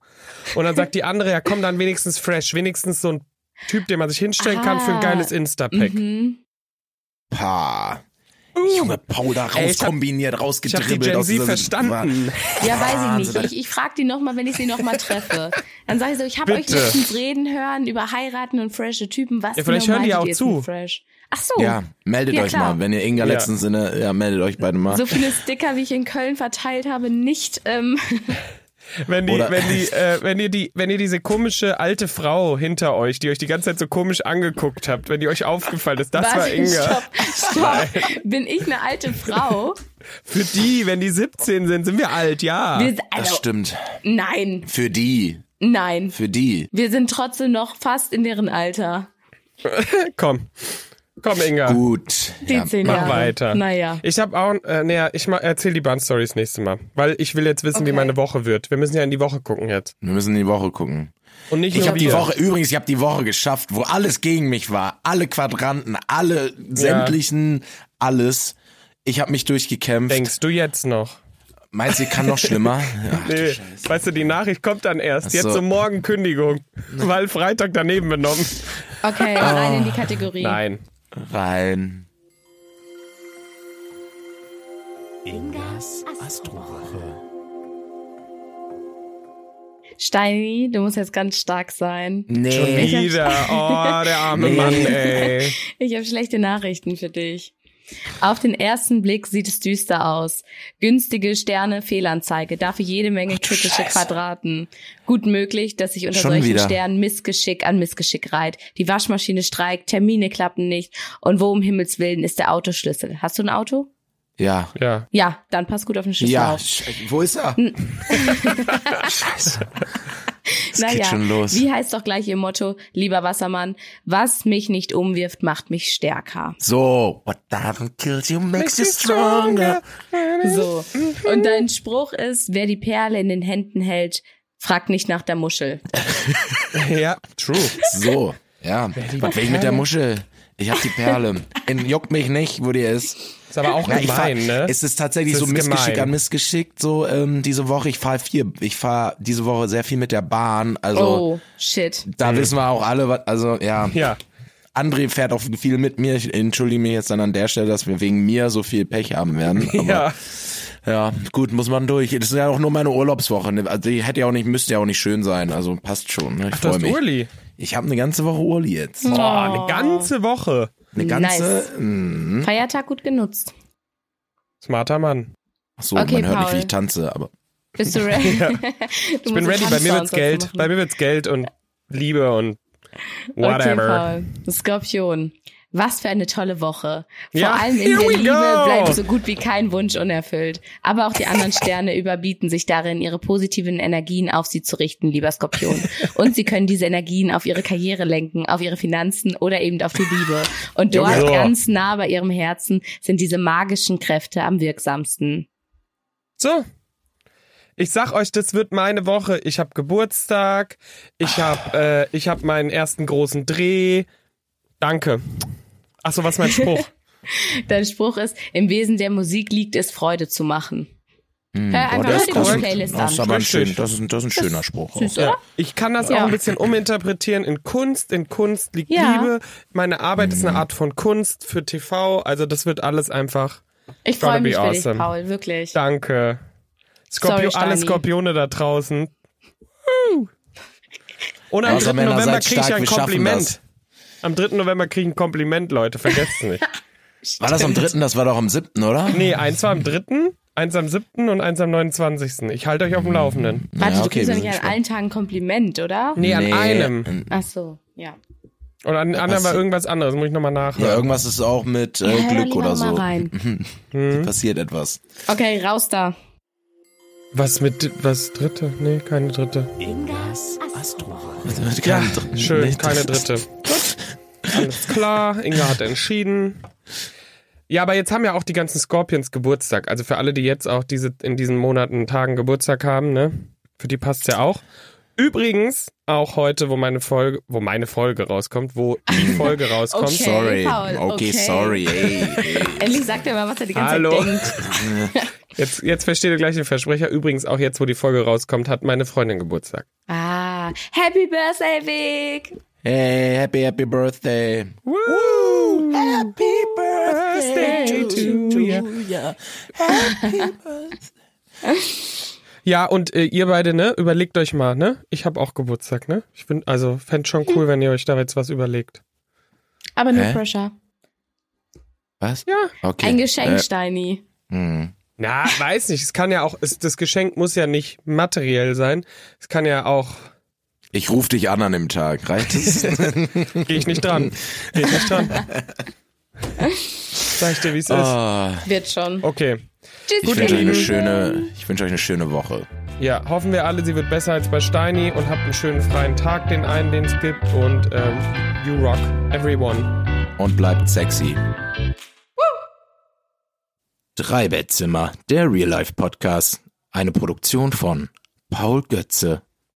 [SPEAKER 2] Und dann sagt die andere, ja komm, dann wenigstens fresh, wenigstens so ein Typ, den man sich hinstellen kann für ein
[SPEAKER 1] Ah,
[SPEAKER 2] geiles Insta-Pack. Uh.
[SPEAKER 1] Mhm.
[SPEAKER 3] Pah. Junge, Paul da
[SPEAKER 2] Ey, ich hab-
[SPEAKER 3] rauskombiniert,
[SPEAKER 2] Ich habe die Gen Z verstanden.
[SPEAKER 1] Ja, weiß ich
[SPEAKER 3] Wahnsinn.
[SPEAKER 1] nicht. Ich, ich frage die nochmal, wenn ich sie nochmal treffe. Dann sage ich so, ich habe euch
[SPEAKER 2] Bitte.
[SPEAKER 1] letztens reden hören über heiraten und frische Typen. Was
[SPEAKER 2] Ja, vielleicht hören die
[SPEAKER 1] genau
[SPEAKER 2] ja
[SPEAKER 1] meintet
[SPEAKER 2] auch
[SPEAKER 1] ihr jetzt
[SPEAKER 2] zu.
[SPEAKER 1] mit Fresh? Ach so.
[SPEAKER 3] Ja, meldet
[SPEAKER 1] Ja,
[SPEAKER 3] euch
[SPEAKER 1] klar.
[SPEAKER 3] mal, wenn ihr Inga
[SPEAKER 2] Ja.
[SPEAKER 3] letztens in der, ja, meldet euch beide mal.
[SPEAKER 1] So viele Sticker, wie ich in Köln verteilt habe, nicht. Ähm,
[SPEAKER 2] Wenn, die,
[SPEAKER 3] Oder-
[SPEAKER 2] wenn,
[SPEAKER 1] <laughs>
[SPEAKER 2] die, äh, wenn, ihr die, wenn ihr diese komische alte Frau hinter euch, die euch die ganze Zeit so komisch angeguckt habt, wenn die euch aufgefallen ist, <laughs> das war
[SPEAKER 1] warte,
[SPEAKER 2] Inga.
[SPEAKER 1] Stopp, stopp. Bin ich eine alte Frau?
[SPEAKER 2] Für die, wenn die 17 sind, sind wir alt, ja.
[SPEAKER 1] Wir,
[SPEAKER 3] Ah, das
[SPEAKER 1] also,
[SPEAKER 3] stimmt.
[SPEAKER 1] nein,
[SPEAKER 3] Für die,
[SPEAKER 1] nein.
[SPEAKER 3] für die.
[SPEAKER 1] Wir sind trotzdem noch fast in deren Alter.
[SPEAKER 2] Komm. Komm, Inga.
[SPEAKER 3] Gut.
[SPEAKER 1] Die
[SPEAKER 3] Ja.
[SPEAKER 1] zehn
[SPEAKER 2] Mach
[SPEAKER 1] Jahre.
[SPEAKER 2] weiter.
[SPEAKER 1] Naja.
[SPEAKER 2] Ich habe auch, äh, naja, ich ma- erzähl die Bahn-Stories nächstes Mal, weil ich will jetzt wissen, wie
[SPEAKER 1] Okay.
[SPEAKER 2] meine Woche wird. Wir müssen ja in die Woche gucken jetzt.
[SPEAKER 3] Wir müssen in die Woche gucken.
[SPEAKER 2] Und nicht
[SPEAKER 3] Ich
[SPEAKER 2] nur
[SPEAKER 3] habe die
[SPEAKER 2] wir.
[SPEAKER 3] Woche, übrigens, ich habe die Woche geschafft, wo alles gegen mich war. Alle Quadranten, alle sämtlichen, alles. Ich habe mich durchgekämpft.
[SPEAKER 2] Denkst du jetzt noch?
[SPEAKER 3] Meinst du, ich
[SPEAKER 2] <laughs>
[SPEAKER 3] kann noch schlimmer? Ach,
[SPEAKER 2] Nee,
[SPEAKER 3] du Scheiße.
[SPEAKER 2] weißt du, die Nachricht kommt dann erst.
[SPEAKER 3] Ach
[SPEAKER 2] Jetzt
[SPEAKER 3] so.
[SPEAKER 2] so morgen Kündigung, weil Freitag daneben benommen.
[SPEAKER 3] Oh.
[SPEAKER 1] Okay, rein in die Kategorie.
[SPEAKER 2] Nein.
[SPEAKER 3] Rein.
[SPEAKER 1] Steini, du musst jetzt ganz stark sein.
[SPEAKER 2] Schon
[SPEAKER 3] Nee.
[SPEAKER 2] wieder. Oh, der arme
[SPEAKER 3] Nee.
[SPEAKER 2] Mann, ey.
[SPEAKER 1] Ich habe schlechte Nachrichten für dich. Auf den ersten Blick sieht es düster aus. Günstige Sterne, Fehlanzeige, dafür jede Menge kritische Quadraten. Gut möglich, dass sich unter
[SPEAKER 3] Schon
[SPEAKER 1] solchen
[SPEAKER 3] wieder.
[SPEAKER 1] Sternen Missgeschick an Missgeschick reiht. Die Waschmaschine streikt, Termine klappen nicht. Und wo um Himmels Willen ist der Autoschlüssel? Hast du ein Auto?
[SPEAKER 3] Ja.
[SPEAKER 2] Ja.
[SPEAKER 1] Ja, dann pass gut auf den Schlüssel
[SPEAKER 3] Ja.
[SPEAKER 1] auf.
[SPEAKER 3] Sch- Wo ist er? Scheiße. Es geht schon los.
[SPEAKER 1] wie heißt doch gleich ihr Motto, lieber Wassermann, was mich nicht umwirft, macht mich stärker.
[SPEAKER 3] So. What doesn't kill you makes you stronger.
[SPEAKER 1] So. Und dein Spruch ist, wer die Perle in den Händen hält, fragt nicht nach der Muschel.
[SPEAKER 2] Ja, true.
[SPEAKER 3] So. Ja. Was will ich mit der Muschel? Ich hab die Perle. In, juckt mich nicht, wo die ist.
[SPEAKER 2] Ist aber auch
[SPEAKER 3] Na, ich fahr,
[SPEAKER 2] gemein, ne?
[SPEAKER 3] Es ist tatsächlich
[SPEAKER 2] Es
[SPEAKER 3] so
[SPEAKER 2] ist
[SPEAKER 3] Missgeschick
[SPEAKER 2] gemein.
[SPEAKER 3] an Missgeschick. So ähm, diese Woche, ich fahre viel, ich fahre diese Woche sehr viel mit der Bahn. Also
[SPEAKER 1] oh, shit.
[SPEAKER 3] da wissen wir auch alle, was, also ja.
[SPEAKER 2] Mhm. Ja.
[SPEAKER 3] André fährt auch viel mit mir. Ich entschuldige mich jetzt dann an der Stelle, dass wir wegen mir so viel Pech haben werden. Aber,
[SPEAKER 2] <laughs> Ja.
[SPEAKER 3] ja, gut, muss man durch. Das ist ja auch nur meine Urlaubswoche. ne? Also die hätte ja auch nicht, müsste ja auch nicht schön sein. Also passt schon. Ne? Ich
[SPEAKER 2] Du
[SPEAKER 3] freue
[SPEAKER 2] hast
[SPEAKER 3] mich.
[SPEAKER 2] Urli.
[SPEAKER 3] Ich habe eine ganze Woche Urli jetzt.
[SPEAKER 2] Oh, eine ganze Woche.
[SPEAKER 3] Eine ganze. Mm.
[SPEAKER 1] Feiertag gut genutzt.
[SPEAKER 2] Smarter Mann.
[SPEAKER 3] Ach So,
[SPEAKER 1] Okay,
[SPEAKER 3] man hört nicht,
[SPEAKER 1] Paul.
[SPEAKER 3] wie ich tanze, aber
[SPEAKER 1] Bist du
[SPEAKER 2] <laughs>
[SPEAKER 1] ready?
[SPEAKER 2] Ich bin ready, bei mir wird's Geld. Bei mir wird's Geld und Liebe und whatever.
[SPEAKER 1] Okay, Paul. Skorpion. Was für eine tolle Woche. Vor
[SPEAKER 2] Ja,
[SPEAKER 1] allem in
[SPEAKER 2] here
[SPEAKER 1] der
[SPEAKER 2] we
[SPEAKER 1] Liebe
[SPEAKER 2] go.
[SPEAKER 1] bleibt so gut wie kein Wunsch unerfüllt. Aber auch die anderen Sterne <laughs> überbieten sich darin, ihre positiven Energien auf sie zu richten, lieber Skorpion. Und sie können diese Energien auf ihre Karriere lenken, auf ihre Finanzen oder eben auf die Liebe. Und dort
[SPEAKER 2] Junge.
[SPEAKER 1] ganz nah bei ihrem Herzen sind diese magischen Kräfte am wirksamsten.
[SPEAKER 2] So. Ich sag euch, das wird meine Woche. Ich habe Geburtstag. Ich habe äh, ich hab meinen ersten großen Dreh. Danke. Ach so, was ist
[SPEAKER 1] <laughs>
[SPEAKER 2] mein Spruch?
[SPEAKER 1] Dein Spruch ist, im Wesen der Musik liegt es, Freude zu machen.
[SPEAKER 2] Hm,
[SPEAKER 1] Hör
[SPEAKER 3] Boah,
[SPEAKER 1] einfach
[SPEAKER 3] das
[SPEAKER 1] mal
[SPEAKER 2] ist
[SPEAKER 1] die
[SPEAKER 2] korrekt.
[SPEAKER 1] gute Playlist
[SPEAKER 3] das ist
[SPEAKER 1] an.
[SPEAKER 3] aber ein,
[SPEAKER 2] Richtig.
[SPEAKER 3] schön, das ist, ein- das ist ein schöner Spruch.
[SPEAKER 1] Süß,
[SPEAKER 2] Ja.
[SPEAKER 1] oder?
[SPEAKER 2] Ich kann das auch
[SPEAKER 1] Ja.
[SPEAKER 2] ein bisschen uminterpretieren in Kunst. In Kunst liegt
[SPEAKER 1] Ja.
[SPEAKER 2] Liebe. Meine Arbeit ist eine Art von Kunst für TV. Also das wird alles einfach.
[SPEAKER 1] Ich
[SPEAKER 2] Gotta
[SPEAKER 1] freue mich
[SPEAKER 2] be
[SPEAKER 1] für dich,
[SPEAKER 2] awesome.
[SPEAKER 1] Paul, wirklich.
[SPEAKER 2] Danke. Skorpio
[SPEAKER 1] Sorry,
[SPEAKER 2] alle
[SPEAKER 1] Steini.
[SPEAKER 2] Skorpione da draußen. Woo. Und am
[SPEAKER 3] Außer
[SPEAKER 2] 3.
[SPEAKER 3] Männer,
[SPEAKER 2] November
[SPEAKER 3] seid
[SPEAKER 2] kriege ich
[SPEAKER 3] stark,
[SPEAKER 2] ein
[SPEAKER 3] wir schaffen
[SPEAKER 2] Kompliment.
[SPEAKER 3] das.
[SPEAKER 2] Am 3. November kriege ich ein Kompliment, Leute. Vergesst es nicht.
[SPEAKER 3] War das am dritten? Das war doch am siebten, oder?
[SPEAKER 2] Nee, eins war am 3., eins am 7. und eins am 29. Ich halte euch auf dem
[SPEAKER 3] Hm.
[SPEAKER 2] Laufenden.
[SPEAKER 1] Warte,
[SPEAKER 3] Ja,
[SPEAKER 1] du
[SPEAKER 3] okay,
[SPEAKER 1] kriegst
[SPEAKER 3] wir
[SPEAKER 1] doch
[SPEAKER 3] sind
[SPEAKER 1] nicht an
[SPEAKER 3] gespannt. Hm.
[SPEAKER 1] allen Tagen ein Kompliment, oder?
[SPEAKER 2] Nee, an
[SPEAKER 3] Nee, äh,
[SPEAKER 2] einem.
[SPEAKER 1] Ach so, ja.
[SPEAKER 2] Und an anderen war irgendwas anderes. Muss ich nochmal nachhören.
[SPEAKER 3] Ja, irgendwas ist auch mit äh,
[SPEAKER 1] Hör
[SPEAKER 3] Glück
[SPEAKER 1] doch
[SPEAKER 3] oder
[SPEAKER 1] lieber
[SPEAKER 3] so. Mhm.
[SPEAKER 1] Mal rein.
[SPEAKER 2] Hm.
[SPEAKER 3] Passiert etwas. <laughs>
[SPEAKER 1] Okay, raus da.
[SPEAKER 2] was mit, was dritte? Nee, keine dritte.
[SPEAKER 3] Ja,
[SPEAKER 2] Schön, keine dritte. Gut. Alles klar, Inga hat entschieden. Ja, aber jetzt haben ja auch die ganzen Scorpions Geburtstag. Also für alle, die jetzt auch diese, in diesen Monaten, Tagen Geburtstag haben, ne? Für die passt ja auch. Übrigens, auch heute, wo meine Folge, wo meine Folge rauskommt, wo die Folge rauskommt.
[SPEAKER 1] Okay.
[SPEAKER 3] Sorry.
[SPEAKER 1] Paul,
[SPEAKER 3] okay,
[SPEAKER 1] okay.
[SPEAKER 3] sorry.
[SPEAKER 1] <laughs>
[SPEAKER 3] Ey, ey.
[SPEAKER 1] Endlich sagt er mal, was er die ganze
[SPEAKER 2] Hallo.
[SPEAKER 1] Zeit denkt.
[SPEAKER 2] Jetzt, jetzt versteht ihr gleich den Versprecher. Übrigens, auch jetzt, wo die Folge rauskommt, hat meine Freundin Geburtstag.
[SPEAKER 1] Ah, Happy Birthday, Vic.
[SPEAKER 3] Hey, happy, happy birthday.
[SPEAKER 2] Woo!
[SPEAKER 3] Happy
[SPEAKER 2] Birthday to
[SPEAKER 3] you.
[SPEAKER 1] <laughs>
[SPEAKER 2] Ja, und äh, ihr beide, ne? Überlegt euch mal, ne? Ich habe auch Geburtstag, ne? Ich find, also fänd schon cool, wenn ihr euch da jetzt was überlegt.
[SPEAKER 1] Aber no
[SPEAKER 3] Hä?
[SPEAKER 1] pressure.
[SPEAKER 3] Was?
[SPEAKER 2] Ja.
[SPEAKER 3] Okay.
[SPEAKER 1] Ein Geschenk,
[SPEAKER 3] Äh,
[SPEAKER 1] Steini.
[SPEAKER 3] mh.
[SPEAKER 2] Na, weiß nicht. Es kann ja auch, es, das Geschenk muss ja nicht materiell sein. Es kann ja auch,
[SPEAKER 3] ich rufe dich an an dem Tag, reicht
[SPEAKER 2] <laughs>
[SPEAKER 3] es?
[SPEAKER 2] gehe ich nicht dran. Gehe ich nicht dran. Sag ich dir, wie es ist.
[SPEAKER 3] oh,
[SPEAKER 1] Wird schon.
[SPEAKER 2] Okay.
[SPEAKER 1] Tschüss,
[SPEAKER 3] ich
[SPEAKER 1] ihr
[SPEAKER 3] wünsche euch eine
[SPEAKER 1] Lieben.
[SPEAKER 3] schöne, ich wünsche euch eine schöne Woche.
[SPEAKER 2] Ja, hoffen wir alle, sie wird besser als bei Steini und habt einen schönen freien Tag, den einen, den es gibt. Und ähm, you rock, everyone.
[SPEAKER 3] und bleibt sexy. Drei Bettzimmer, der Real Life Podcast, eine Produktion von Paul Götze